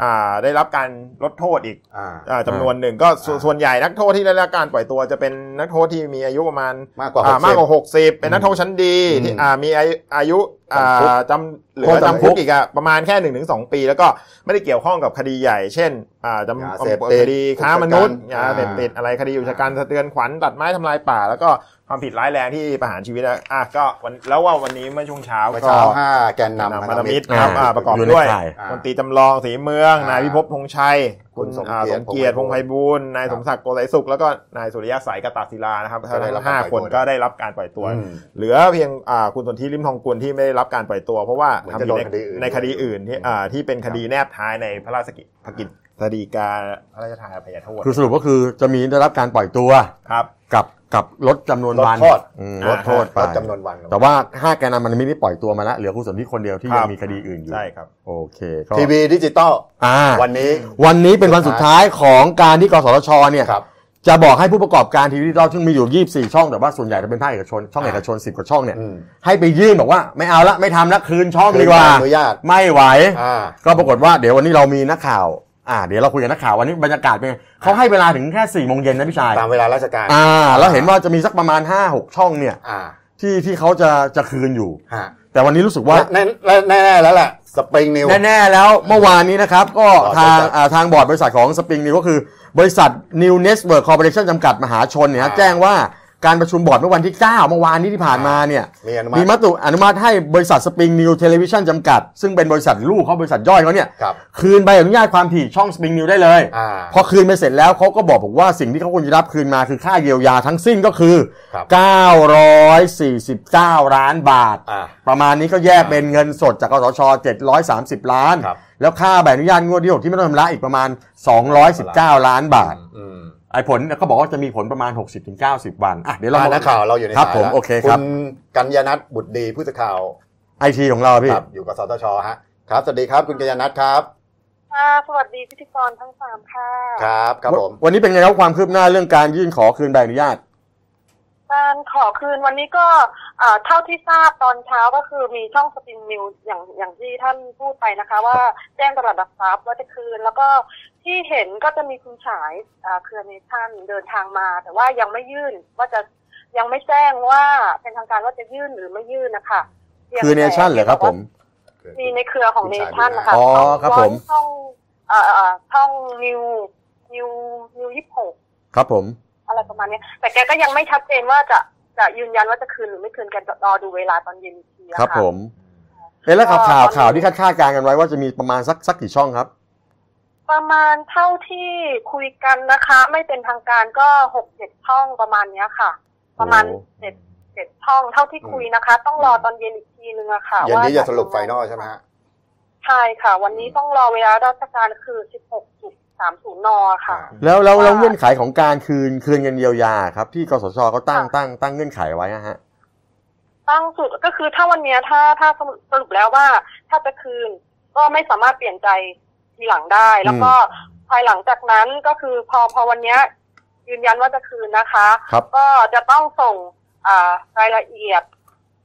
Speaker 6: อ่าได้รับการลดโทษอีก
Speaker 1: อ่า
Speaker 6: อ่าจำนวนหนึ่งก็ส่วนส่วนใหญ่นักโทษที่ได้รับการปล่อยตัวจะเป็นนักโทษที่มีอายุประมาณ
Speaker 1: มากกว่า
Speaker 6: อ่
Speaker 1: 60
Speaker 6: มากกว่า 60 เป็นนักโทษชั้นดีที่
Speaker 1: อืม
Speaker 6: อ่ามีอายุอายุอ่าจำเหลือ
Speaker 1: จำคุก
Speaker 6: จำคุกอีกอะประมาณแค่1นถึงสปี แล้วก็ไม่ได้เกี่ยวข้องกับคดีใหญ่ เช่นอ่าจำ
Speaker 1: ยาเสพติด
Speaker 6: คดีค้ามนุษย์
Speaker 1: อ่าย
Speaker 6: าเสพติดอะไรคดีอุกชะการสะเทือนขวัญตัดไม้ทำลายป่า แล้วก็ความผิดร้ายแรงที่ประหารชีวิตอะอ่ะก็วันแล้วว่าวันนี้เมื่อช่วงเช้า
Speaker 1: เมื่อ
Speaker 6: ก็
Speaker 1: เช้าห้าแกนนำ
Speaker 6: พั
Speaker 1: พั
Speaker 6: น
Speaker 1: น
Speaker 6: ธ
Speaker 1: ธ
Speaker 6: มิ
Speaker 1: มิ
Speaker 6: ต
Speaker 1: ต
Speaker 6: ร
Speaker 1: ร
Speaker 6: ครับอ่าประกอบด้วย
Speaker 2: อยู่ในข่าย
Speaker 1: อ่า
Speaker 6: คนตรีจำลองสีเมือง
Speaker 1: อ่าน
Speaker 6: ายพิภพธงชัย คุณ
Speaker 1: คุณ
Speaker 6: อ่าส
Speaker 1: ส
Speaker 6: ม
Speaker 1: ม
Speaker 6: เกี
Speaker 1: เกี
Speaker 6: ย
Speaker 1: ย
Speaker 6: ร
Speaker 1: รติ
Speaker 6: ติพงษ์ไพบูลย์นาย
Speaker 1: ครับ
Speaker 6: สมศักดิ์โกไลสุข แล้วก็นายสุริยะสายกตาศิลานะครับ
Speaker 1: ก็ได้
Speaker 6: ทั้
Speaker 1: รับ
Speaker 6: งห้า
Speaker 1: การ
Speaker 6: ค
Speaker 1: ปล่
Speaker 6: น
Speaker 1: อยตัว
Speaker 6: ก็ได้รับการปล่อยตัว
Speaker 1: อืม
Speaker 6: เหลือเพียงอ่าคุณสนธิริมทองกุลที่ไม่ได้รับการปล่อยตัว เพราะว่า
Speaker 1: เหมือน
Speaker 6: ทำ
Speaker 1: จะ
Speaker 6: ผิด
Speaker 1: โดน
Speaker 6: ใน
Speaker 1: คดีอื่น
Speaker 6: ในคดีอื่นที่
Speaker 1: อืม
Speaker 6: อ่าที่เป็นคดีแนบท้ายในพระราชกิจภกิจคดีกาพระราชทานอภัยโทษ
Speaker 2: คือสรุปก็คือจะมีได้รับการปล่อยตัว
Speaker 6: ครับ
Speaker 2: กับกับลดจำนวน
Speaker 1: ลด
Speaker 2: วัน
Speaker 1: โทษ
Speaker 2: อืม
Speaker 6: อ่า
Speaker 2: ลดโทษไป
Speaker 1: ลดจำนวนวัน
Speaker 2: แต่ว่าห้าแกนนำมันไม่ได้ปล่อยตัวมาแล้วเหลือคุณสนที่คนเดียวที่ยัง
Speaker 6: ครับ
Speaker 2: มีคดีอื่นอยู่
Speaker 6: ใช่ครับ
Speaker 2: โอเคก็
Speaker 1: ทีวีดิจิตอล
Speaker 2: อ่า
Speaker 1: วันนี้
Speaker 2: วันนี้เป็นวันสุดท้ายของการที่กสทชเนี่ย
Speaker 1: ครับ
Speaker 2: จะบอกให้ผู้ประกอบการทีวีดิจิตอลซึ่งมีอยู่ 24 ช่อง แต่ว่าส่วนใหญ่จะเป็นภาคเอกชน ช่อง
Speaker 1: อ่า
Speaker 2: เอกชน 10 กว่าช่องเนี่ย
Speaker 1: อืม
Speaker 2: ให้ไปยื่นบอกว่าไม่เอาละไม่ทำละคืนช่องดีกว่า
Speaker 1: คืนอนุญาต
Speaker 2: ไม่ไหว
Speaker 1: อ่า
Speaker 2: ก็ปรากฏว่าเดี๋ยววันนี้เรามีนักข่าวอ่าเดี๋ยวเราคุยกับนักข่าววันนี้บรรยากาศเป็นไงเขาให้เวลาถึงแค่4โมงเย็นนะพี่ชาย
Speaker 1: ตามเวลาราชการ
Speaker 2: อ่าแล้วเห็นว่าจะมีสักประมาณ 5-6 ช่องเนี่ย
Speaker 1: อ่า
Speaker 2: ที่ที่เขาจะจะคืนอยู่
Speaker 1: ฮะ
Speaker 2: แต่วันนี้รู้สึกว่า
Speaker 1: แน่แน่แน่แน่แล้วแหละสปริงนิว
Speaker 2: แน่ ๆ แล้วเมื่อวานนี้นะครับ ก็
Speaker 1: บอร์ด
Speaker 2: ทาง
Speaker 1: บริษัท
Speaker 2: อ่าทางบอร์ดบริษัทของสปริงนิวก็คือ บริษัท New Network Corporation จำกัดมหาชนเนี่ยฮะ
Speaker 1: อ่า
Speaker 2: แจ้งว่าการประชุมบอร์ดเมื่อวันที่ 9 เมื่อวานนี้ที่ผ่านมาเนี่ย
Speaker 1: มีอนุ
Speaker 2: มีม
Speaker 1: มัติ
Speaker 2: ติอนุมัติให้บริษัทสปริงนิวเทเลวิชันจำกัด ซึ่งเป็นบริษัทลูกเขาบริษัทย่อยเขาเนี่ย
Speaker 1: ครับ
Speaker 2: คืนใบอนุญาตความถี่ช่องสปริงนิวได้เลย
Speaker 1: อ่า
Speaker 2: พอคืนไปเสร็จแล้วเขาก็บอกผมว่าสิ่งที่เขาควรจะรับคืนมาคือค่าเยียวยาทั้งสิ้นก็คือ
Speaker 1: ครับ
Speaker 2: 949 ล้านบาท
Speaker 1: อ่า
Speaker 2: ประมาณนี้ก็แยกเป็นเงินสดจากกสช730 ล้าน
Speaker 1: ครับ
Speaker 2: แล้วค่าใบอนุญาตงวดที่6ที่ไม่ต้องชำระอีกประมาณ 219 ล้านบาท
Speaker 1: อืม
Speaker 2: ไอ้ผลเขาบอกว่าจะมีผลประมาณ 60-90 วันอ่ะเดี๋ยวเรา
Speaker 1: อ่า
Speaker 2: มา
Speaker 1: นักข่าวเราอยู่ใน
Speaker 2: ครับ
Speaker 1: สาย
Speaker 2: ผม
Speaker 1: แล้ว
Speaker 2: โอเคครับ
Speaker 1: ณกัญญาณัทบุตรดีผู้สื่อข่าว
Speaker 2: ไอทีของเราพี่
Speaker 1: ครับอยู่กับสตชฮะครับสวัสดีครับคุณกัญญาณัทครับ
Speaker 5: ค่ะสวัสดีพิธีกรทั้งสามค่ะ
Speaker 1: ครับครับผม
Speaker 2: วันนี้เป็นไงครับความคืบหน้าเรื่องการยื่นขอคืนใบอนุญาต
Speaker 5: การขอคืนวันนี้ก็เอ่อเท่าที่ทราบตอนเช้าก็คือมีช่องสปริงนิวส์อย่างอย่างที่ท่านพูดไปนะคะ ว่าแจ้งตลาดหลักทรัพย์ว่าจะคืน แล้วก็ที่เห็นก็จะมีคุณฉายเอ่อเครือเนชั่นเดินทางมา แต่ว่ายังไม่ยื่นว่าจะยังไม่แจ้งว่าเป็นทางการว่าจะยื่นหรือไม่ยื่นนะคะพียง
Speaker 2: คือเนชั่นเหรอครับผม
Speaker 5: มีในเครือของ
Speaker 1: คุ
Speaker 5: เน
Speaker 1: ณฉาย
Speaker 5: ชั่น
Speaker 1: บุญนา
Speaker 5: นะคะ
Speaker 2: อ๋อครับผม
Speaker 5: ช่องเอ่อเอ่อช่องนิวนิวนิวยี่สิบหก
Speaker 2: ครับผม
Speaker 5: อะไรประมาณเนี้ยแต่แกก็ยังไม่ชัดเจนว่าจะจะยืนยันว่าจะคืนหรือไม่คืนแกจะรอดูเวลาตอนเย็นอีกทีนะะ
Speaker 2: ครับผมเอ๊ะแล้วข่าวข่าวข่าวที่คาดคาดการณ์กันไว้ว่าจะมีประมาณสักสักกี่ช่องครับ
Speaker 5: ประมาณเท่าที่คุยกันนะคะ ไม่เป็นทางการก็หกเจ็ดช่องประมาณเนี้ยค่ะ ประมาณ
Speaker 2: โอ้
Speaker 5: เจ็ดเจ็ดช่องเท่าที่คุยนะคะ ต้องรอตอนเย็นอีกทีนึงอะค่ะ
Speaker 1: เย็นนี้
Speaker 5: ว่า
Speaker 1: จะสรุปไฟนอลใช่ไหมฮะ
Speaker 5: ใช่ค่ะ วันนี้ต้องรอเวลาราชการคือสิบหกจุดสามศูนย์นค่ะ
Speaker 2: แล้วแล้วแล้ว
Speaker 5: ว่า
Speaker 2: เงื่อนไขของการคืนคืนเงินเยียวยาครับที่กสชเขาตั้งตั้งตั้งเงื่อนไขไว้นะฮะ
Speaker 5: ตั้งสุดก็คือถ้าวันเนี้ยถ้าถ้าสรุปแล้วว่าถ้าจะคืนก็ไม่สามารถเปลี่ยนใจทีหลังได้ แล้วก็ภายหลังจากนั้นก็คือพอพอวันเนี้ยยืนยันว่าจะคืนนะคะ
Speaker 2: ครับ
Speaker 5: ก็จะต้องส่งอ่ารายละเอียด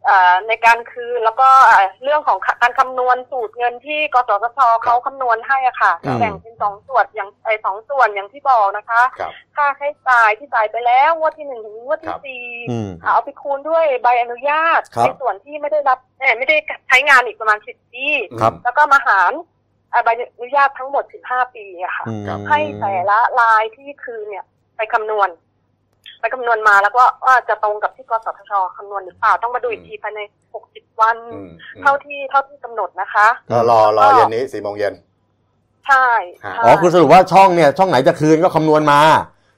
Speaker 5: อ่าในการคืนแล้วก็อ่าเรื่องของการคำนวณสูตรเงินที่กสทชเขาคำนวณให้อะค่ะ
Speaker 2: ครับ
Speaker 5: แบ่งเป็นสองส่วนอย่างไอสองส่วนอย่างที่บอกนะคะ
Speaker 1: ครับ
Speaker 5: ค่าใช้จ่ายที่จ่ายไปแล้วงวดที่หนึ่งถึงงวด
Speaker 1: ค
Speaker 5: ที่
Speaker 1: รับ
Speaker 5: สี่
Speaker 2: อืม
Speaker 5: อ่ะเอาไปคูณด้วยใบอนุญาต
Speaker 2: ครับ
Speaker 5: ในส่วนที่ไม่ได้รับเอ่อไม่ได้ใช้งานอีกประมาณสิบปี
Speaker 2: ครับ
Speaker 5: แล้วก็มาหารอ่ะใบอนุญาตทั้งหมดสิบห้าปีอะค่ะ
Speaker 2: อืม
Speaker 5: ให้แต่ละลายที่คืนเนี่ย ไปคำนวณ ไปคำนวณมาแล้วก็ว่าจะตรงกับที่กสทชคำนวณหรือเปล่าต้องมาดูอีกทีภายในหกสิบวัน
Speaker 1: อืม
Speaker 5: เท่าที่เท่าที่กำหนดนะคะ
Speaker 1: ก็รอรอเย็นนี้สี่โมงเย็น
Speaker 5: ใช่
Speaker 1: อ่า
Speaker 5: ใช่
Speaker 2: อ๋อคือสรุปว่าช่องเนี่ยช่องไหนจะคืนก็คำนวณมา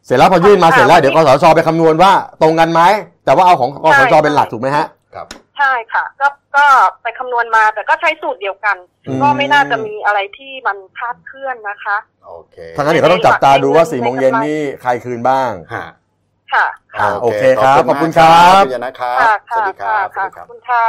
Speaker 2: เสร็จแล้วพอยื่นมาเสร็จแล้วเดี๋ยวกสชไปคำนวณว่าตรงกันไหมแต่ว่าเอาของกสช
Speaker 5: ใช่
Speaker 2: เป็นหลักถูกไหมฮะ
Speaker 1: ครับ
Speaker 5: ใช่ค่ะ ก็ก็ไปคำนวณมาแต่ก็ใช้สูตรเดียวกัน
Speaker 2: อืม
Speaker 5: ก็ไม่น่าจะมีอะไรที่มันคลาดเคลื่อนนะคะ
Speaker 1: โอเค
Speaker 2: ทางนั้นเดี๋ยวก็ต้องจับตาดูว่าสี่โมงเย็นนี่ใครคืนบ้าง
Speaker 1: ฮะ
Speaker 5: ค่ะ
Speaker 2: อ่าโอเคครับขอบคุณครั
Speaker 1: ขอ
Speaker 2: บ
Speaker 1: บคุณนะครับ
Speaker 5: ค่ะ
Speaker 1: สวัสดีค
Speaker 5: ค่ะ
Speaker 1: รับสวัส
Speaker 5: ค่ะ
Speaker 1: ดีค
Speaker 5: ข
Speaker 1: รั
Speaker 5: อบ บคุณค่ะ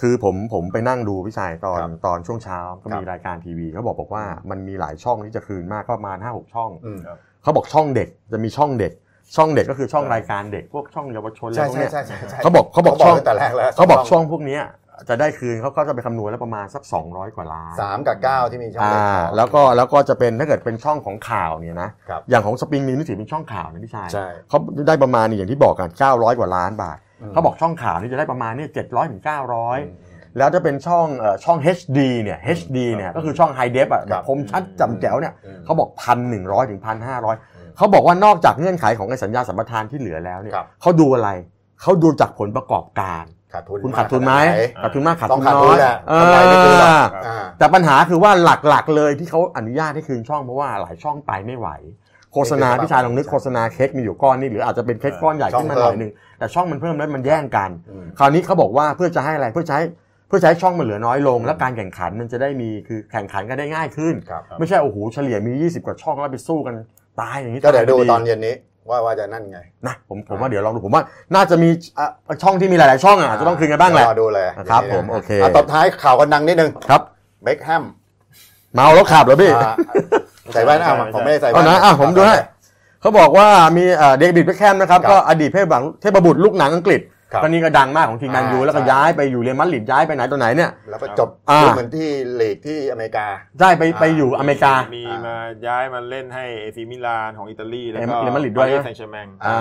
Speaker 2: คือผมผมไปนั่งดูพี่ชายตอน
Speaker 1: ครับ
Speaker 2: ตอนช่วงเช้าก็มี
Speaker 1: ครับ
Speaker 2: รายการทีวีเขาบอกบอกว่ามันมีหลายช่องที่จะคืนมากก็ประมาณห้าหกช่อง
Speaker 1: อืม
Speaker 2: เขาบอกช่องเด็กจะมีช่องเด็ก ช่องเด็กก็คือช่อง
Speaker 1: เออ
Speaker 2: รายการเด็กพวกช่องเยาวชนอะไร
Speaker 1: ใช่
Speaker 2: พวก
Speaker 1: ใช่ใช่
Speaker 2: เนี้ย
Speaker 1: ใช่ใช่
Speaker 2: เขาบอกเขาบอก
Speaker 1: เขาบ
Speaker 2: ช่อ
Speaker 1: อก
Speaker 2: ง
Speaker 1: ตั้งแต่แรกแล้ว
Speaker 2: เขาบอกช่องพวกเนี้ยจะได้คืนเขาก็จะไปคำนวณแล้วประมาณสัก 200 กว่าล้าน
Speaker 1: สามกับเก้าที่มีช่อง
Speaker 2: อ่า
Speaker 1: เกเขา
Speaker 2: แล้วก็แล้วก็จะเป็นถ้าเกิดเป็นช่องของข่าวเนี่ยนะครับ อย่างของสปริงนิวนี่ถือเป็นช่องข่าวนะพี่ชาย
Speaker 1: ใช่
Speaker 2: เขาได้ประมาณนี่อย่างที่บอกกัน900 กว่าล้านบาท
Speaker 1: ม
Speaker 2: เขาบอกช่องข่าวนี่จะได้ประมาณเนี่ย700ถึง
Speaker 1: อืม
Speaker 2: 900 แล้วถ้าเป็นช่องเอ่อช่อง HD เนี่ย HD เนี่ยก็คือช่อง High Def อ่ะแบ
Speaker 1: ครับ บ
Speaker 2: คมชัดจำแจ๋วเนี่ย
Speaker 1: อืม
Speaker 2: เขาบอกพันหนึ่งร้อยถึงพันห้าร้อย
Speaker 1: อืม
Speaker 2: เขาบอกว่านอกจากเงื่อนไขของไอ้สัญญาสัมปทานที่เหลือแล้วเนี่ย
Speaker 1: ครับ
Speaker 2: เขาดูอะไร เขาดูจากผลประกอบการ
Speaker 1: ขาดทุน
Speaker 2: คุณ
Speaker 1: มก
Speaker 2: ขาดทุนไหม
Speaker 1: ขนาดน
Speaker 2: ขาดทุนมากขาด
Speaker 1: ต้
Speaker 2: ทุ
Speaker 1: อง
Speaker 2: น
Speaker 1: ขาด
Speaker 2: น้
Speaker 1: ทุ
Speaker 2: อย
Speaker 1: นแหละ
Speaker 2: เออก
Speaker 1: ำไรไม่เกินหรอก อ่า
Speaker 2: แต่ปัญหาคือว่าหลักๆเลยที่เขาอนุญาตให้คืนช่องเพราะว่าหลายช่องไปไม่ไหว โฆษณา
Speaker 1: ไม่เป็นไร
Speaker 2: พี่ชายลองนึกโฆษณาเค้กมีอยู่ก้อนนี่หรืออาจจะเป็นเค้กก้อนใหญ่
Speaker 1: ช่อง
Speaker 2: ขึ้นมาหน่อ
Speaker 1: เพิ่
Speaker 2: ย
Speaker 1: ม
Speaker 2: นึงแต่ช่องมันเพิ่มแล้วมันแย่งกัน
Speaker 1: อืม
Speaker 2: คราวนี้เขาบอกว่าเพื่อจะให้อะไรเพื่อใช้เพื่อใช้ช่องมันเหลือน้อยลง และการแข่งขันมันจะได้มีคือแข่งขันกันได้ง่ายขึ้น
Speaker 1: ครับ
Speaker 2: ไม่ใช่โอ้โหเฉลี่ยมี 20 กว่าช่องแล้วไปสู้กันตายอย่างนี้
Speaker 1: ก็เดี๋ยวดูตอน
Speaker 2: ายพดี
Speaker 1: เย็นนี้ว่าว่าจะนั่นไง
Speaker 2: นะผมผมว่าเดี๋ยวลองดูผมว่าน่าจะมีอ่ะช่องที่มีหลาย ๆ ช่องอ่ะอาจจะต้องคืนกันบ้างแหละ
Speaker 1: เดี๋ยวรอดูเลย
Speaker 2: ครับ
Speaker 1: ดี๋ยวนี้
Speaker 2: ผม
Speaker 1: นะ
Speaker 2: โอเค
Speaker 1: ะตบท้ายข่าวกันดังนิดนึง
Speaker 2: ครับ
Speaker 1: เบคแฮม
Speaker 2: เมาแล้วขับเหรอพี่
Speaker 1: อ่าใส่แว่นอ่ะผมไม่ได้ใส่
Speaker 2: เอา
Speaker 1: แว่น
Speaker 2: นะอ่ะผมดูให้เขาบอกว่ามีเอ่อเดวิดเบคแฮมนะครับ
Speaker 1: ครับ
Speaker 2: ก็อดีตเทพบังเทพบุตรลูกหนังอังกฤษ
Speaker 1: ครับ
Speaker 2: ตอนนี้ก็ดังมากของทีมแมนยู
Speaker 1: อ่า
Speaker 2: แล้วก็
Speaker 1: ใช่
Speaker 2: ย้ายไปอยู่เรอัลมาดริดย้ายไปไหนตัวไหนเนี่ย
Speaker 1: แล้วก็จบ
Speaker 2: อ่า
Speaker 1: เหมือนที่ลีกที่อเมริกา
Speaker 2: ได้ไปไปอยู่อเมริกา
Speaker 6: มีมาย้ายมาเล่นให้เอซีมิลานของอิตาลี แล้วก็
Speaker 2: เรอัลมาดริดด้วยนะ
Speaker 6: แซงต์แชร์แมง
Speaker 2: อ่า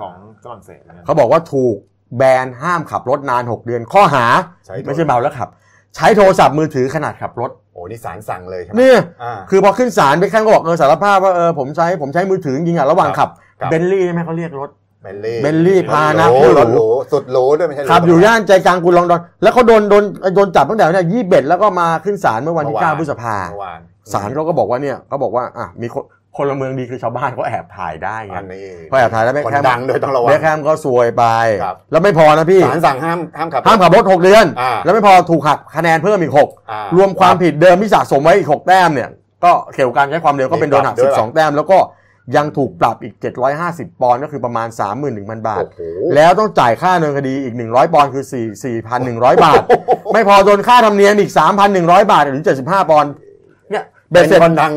Speaker 6: ของฝรั่งเศสนะ
Speaker 2: เขาบอกว่าถูก แบนห้ามขับรถนาน 6 เดือน ข้อหา
Speaker 1: ใช้โทร
Speaker 2: ไม่ใช่เมาแล้วขับ ใช้โทรศัพท์มือถือขนาดขับรถ
Speaker 1: โอ้นี่สารสั่งเลยใช่ไหม
Speaker 2: เนี่ย
Speaker 1: อ่า
Speaker 2: คือพอขึ้นศาลไปข้างก็บอกเออสารภาพว่าเออผมใช้ผมใช้มือถือจริงๆอ่ะระหว่างขับ
Speaker 1: ครับ
Speaker 2: เบนลี่ใช่ไหมเขาเรียกรถ
Speaker 1: เบลลี่
Speaker 2: เบนลี่พานะ
Speaker 1: โอ้รถหรูสุดหรูด้วยไม่ใช่หรู
Speaker 2: ขับอยู่
Speaker 1: ธรรมด
Speaker 2: ย่านใจกลางกรุงลอนดอนแล้วเขาโดนโดนโดนจับตั้งแต่วันที่ยี่สิบเอ็ดแล้วก็มาขึ้นศาลเมื่อวันที่
Speaker 1: เมื่อวาน
Speaker 2: เก้าพฤษภา
Speaker 1: เมื่อวาน
Speaker 2: ศาลเขาก็บอกว่าเนี่ยเขาบอกว่าอ่ะมีคนพลเมืองดีคือชาวบ้านเขาแอบถ่ายได้ไง
Speaker 1: อันนี้
Speaker 2: พอแอบถ่ายแล้วแม่
Speaker 1: คน
Speaker 2: แคม
Speaker 1: ดังด้วยต้องระวัง
Speaker 2: แม่แคมก็ซวยไป
Speaker 1: ครับ
Speaker 2: แล้วไม่พอนะพี่
Speaker 1: สารสั่งห้ามห้ามขับ
Speaker 2: ห้ามขับรถหกเดือน
Speaker 1: อ่า
Speaker 2: แล้วไม่พอถูกหักคะแนนเพิ่มอีกหก
Speaker 1: อ่
Speaker 2: รวมความผิดเดิมที่สะสมไว้อีกหกแต้มเนี่ย ก็เกี่ยวกับการใช้ความเร็วก็เป็นโดนหักสิบสองแต้ม แล้วก็ยังถูกปรับอีก 750 ปอนด์ก็คือประมาณ 31,000 บาท
Speaker 1: โอ้โห
Speaker 2: แล้วต้องจ่ายค่าดำเนินคดีอีก 100 ปอนด์คือ 4 4,100 บาท ไม่พอโดนค่าธรรมเนียมอีก 3,100 บาทหรือ 75 ปอนด์เนี่ยเบ็
Speaker 1: เป็
Speaker 2: ด
Speaker 1: น
Speaker 2: เสร็จ
Speaker 1: คนดัง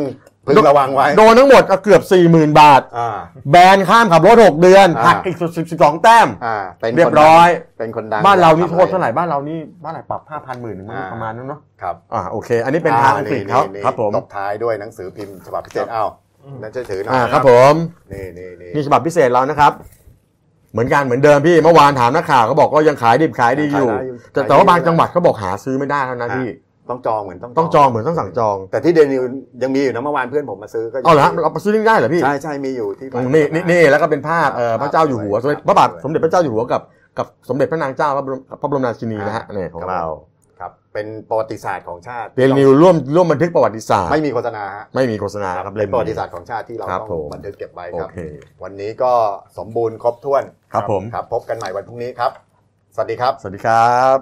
Speaker 1: พึงระวังไว้
Speaker 2: โดนทั้งหมดก็เกือบ 40,000 บาท
Speaker 1: อ่า
Speaker 2: แบนข้ามขับรถ 6 เดือน
Speaker 1: อ่า
Speaker 2: หักอีก12 แต้ม
Speaker 1: อ่าเป็นคนดัง
Speaker 2: เรียบร้อย
Speaker 1: เป็นคนดัง
Speaker 2: บ้านเรานี่
Speaker 1: ทำอะ
Speaker 2: โทษเท่าไหร่บ้านเรานี่บ้านไหนปรับ5,000หมื่นหนึ่งมั้ง
Speaker 1: อ่
Speaker 2: ประมาณนั้นเนาะ
Speaker 1: ครับ
Speaker 2: อ่าโอเค อันนี้เป็นทางอังกฤษเขา
Speaker 1: นี่นี่
Speaker 2: ครับผม
Speaker 1: ตบท้ายด้วยหนังสือพิมพ์ฉบับพิเศษอ้าวนั่นจะถือหน่อย
Speaker 2: อ่า
Speaker 1: นะครับ
Speaker 2: ผม
Speaker 1: นี่นี่นี่
Speaker 2: นี่ฉบับพิเศษเรานะครับ เหมือนกันเหมือนเดิมพี่เมื่อวานถามนักข่าวเขาบอกก็ยังขายดิบขายดีอยู่
Speaker 1: ขายได้อยู่
Speaker 2: แต่
Speaker 1: ขายดี
Speaker 2: แต่ว่าบาง
Speaker 1: นะ
Speaker 2: จังหวัดเขาบอกหาซื้อไม่ได้แล้วนะพี่
Speaker 1: ต้องจองเหมือนต้อง
Speaker 2: ต้องจองเหมือนต้องสั่งจอง
Speaker 1: แต่ที่เดนิวยังมีอยู่นะเมื่อวานเพื่อนผมมาซื้อก็ยัง
Speaker 2: เอาละเราซื้อได้เหรอพี่
Speaker 1: ใช่ใช่มีอยู่ที่
Speaker 2: อืมนี่นี่นี่แล้วก็เป็นภาพเอ่อพระเจ้าอยู่หัว
Speaker 1: ครับ
Speaker 2: สมเด็จพระบาท
Speaker 1: ครับ
Speaker 2: สมเด็จพระเจ้าอยู่หัวกับกับสมเด็จพระนางเจ้าพระบรมพระบรมราชินีนะฮะเนี่ยของเรา
Speaker 1: ครับเป็นประวัติศาสตร์ของชาติ
Speaker 2: เดนิวร่วมร่วมบันทึกประวัติศาสตร์
Speaker 1: ไม่มีโฆษณาฮะ
Speaker 2: ไม่มีโฆษณา
Speaker 1: ค
Speaker 2: ค
Speaker 1: รั
Speaker 2: รั
Speaker 1: บบ เป็
Speaker 2: เล่
Speaker 1: น
Speaker 2: ม
Speaker 1: ประวัติ
Speaker 2: นี้
Speaker 1: ศาสตร์ของชาติที่เรา
Speaker 2: ครับ
Speaker 1: ต้อง
Speaker 2: ผม
Speaker 1: บันทึกเก็บไว้
Speaker 2: โอ
Speaker 1: ครับ
Speaker 2: เค
Speaker 1: วันนี้ก็สมบูรณ์ครบถ้วน
Speaker 2: ครับผม
Speaker 1: ครับ พบกันใหม่วันพรุ่งนี้ครับ สวัสดีครับ
Speaker 2: สวัสดีครับ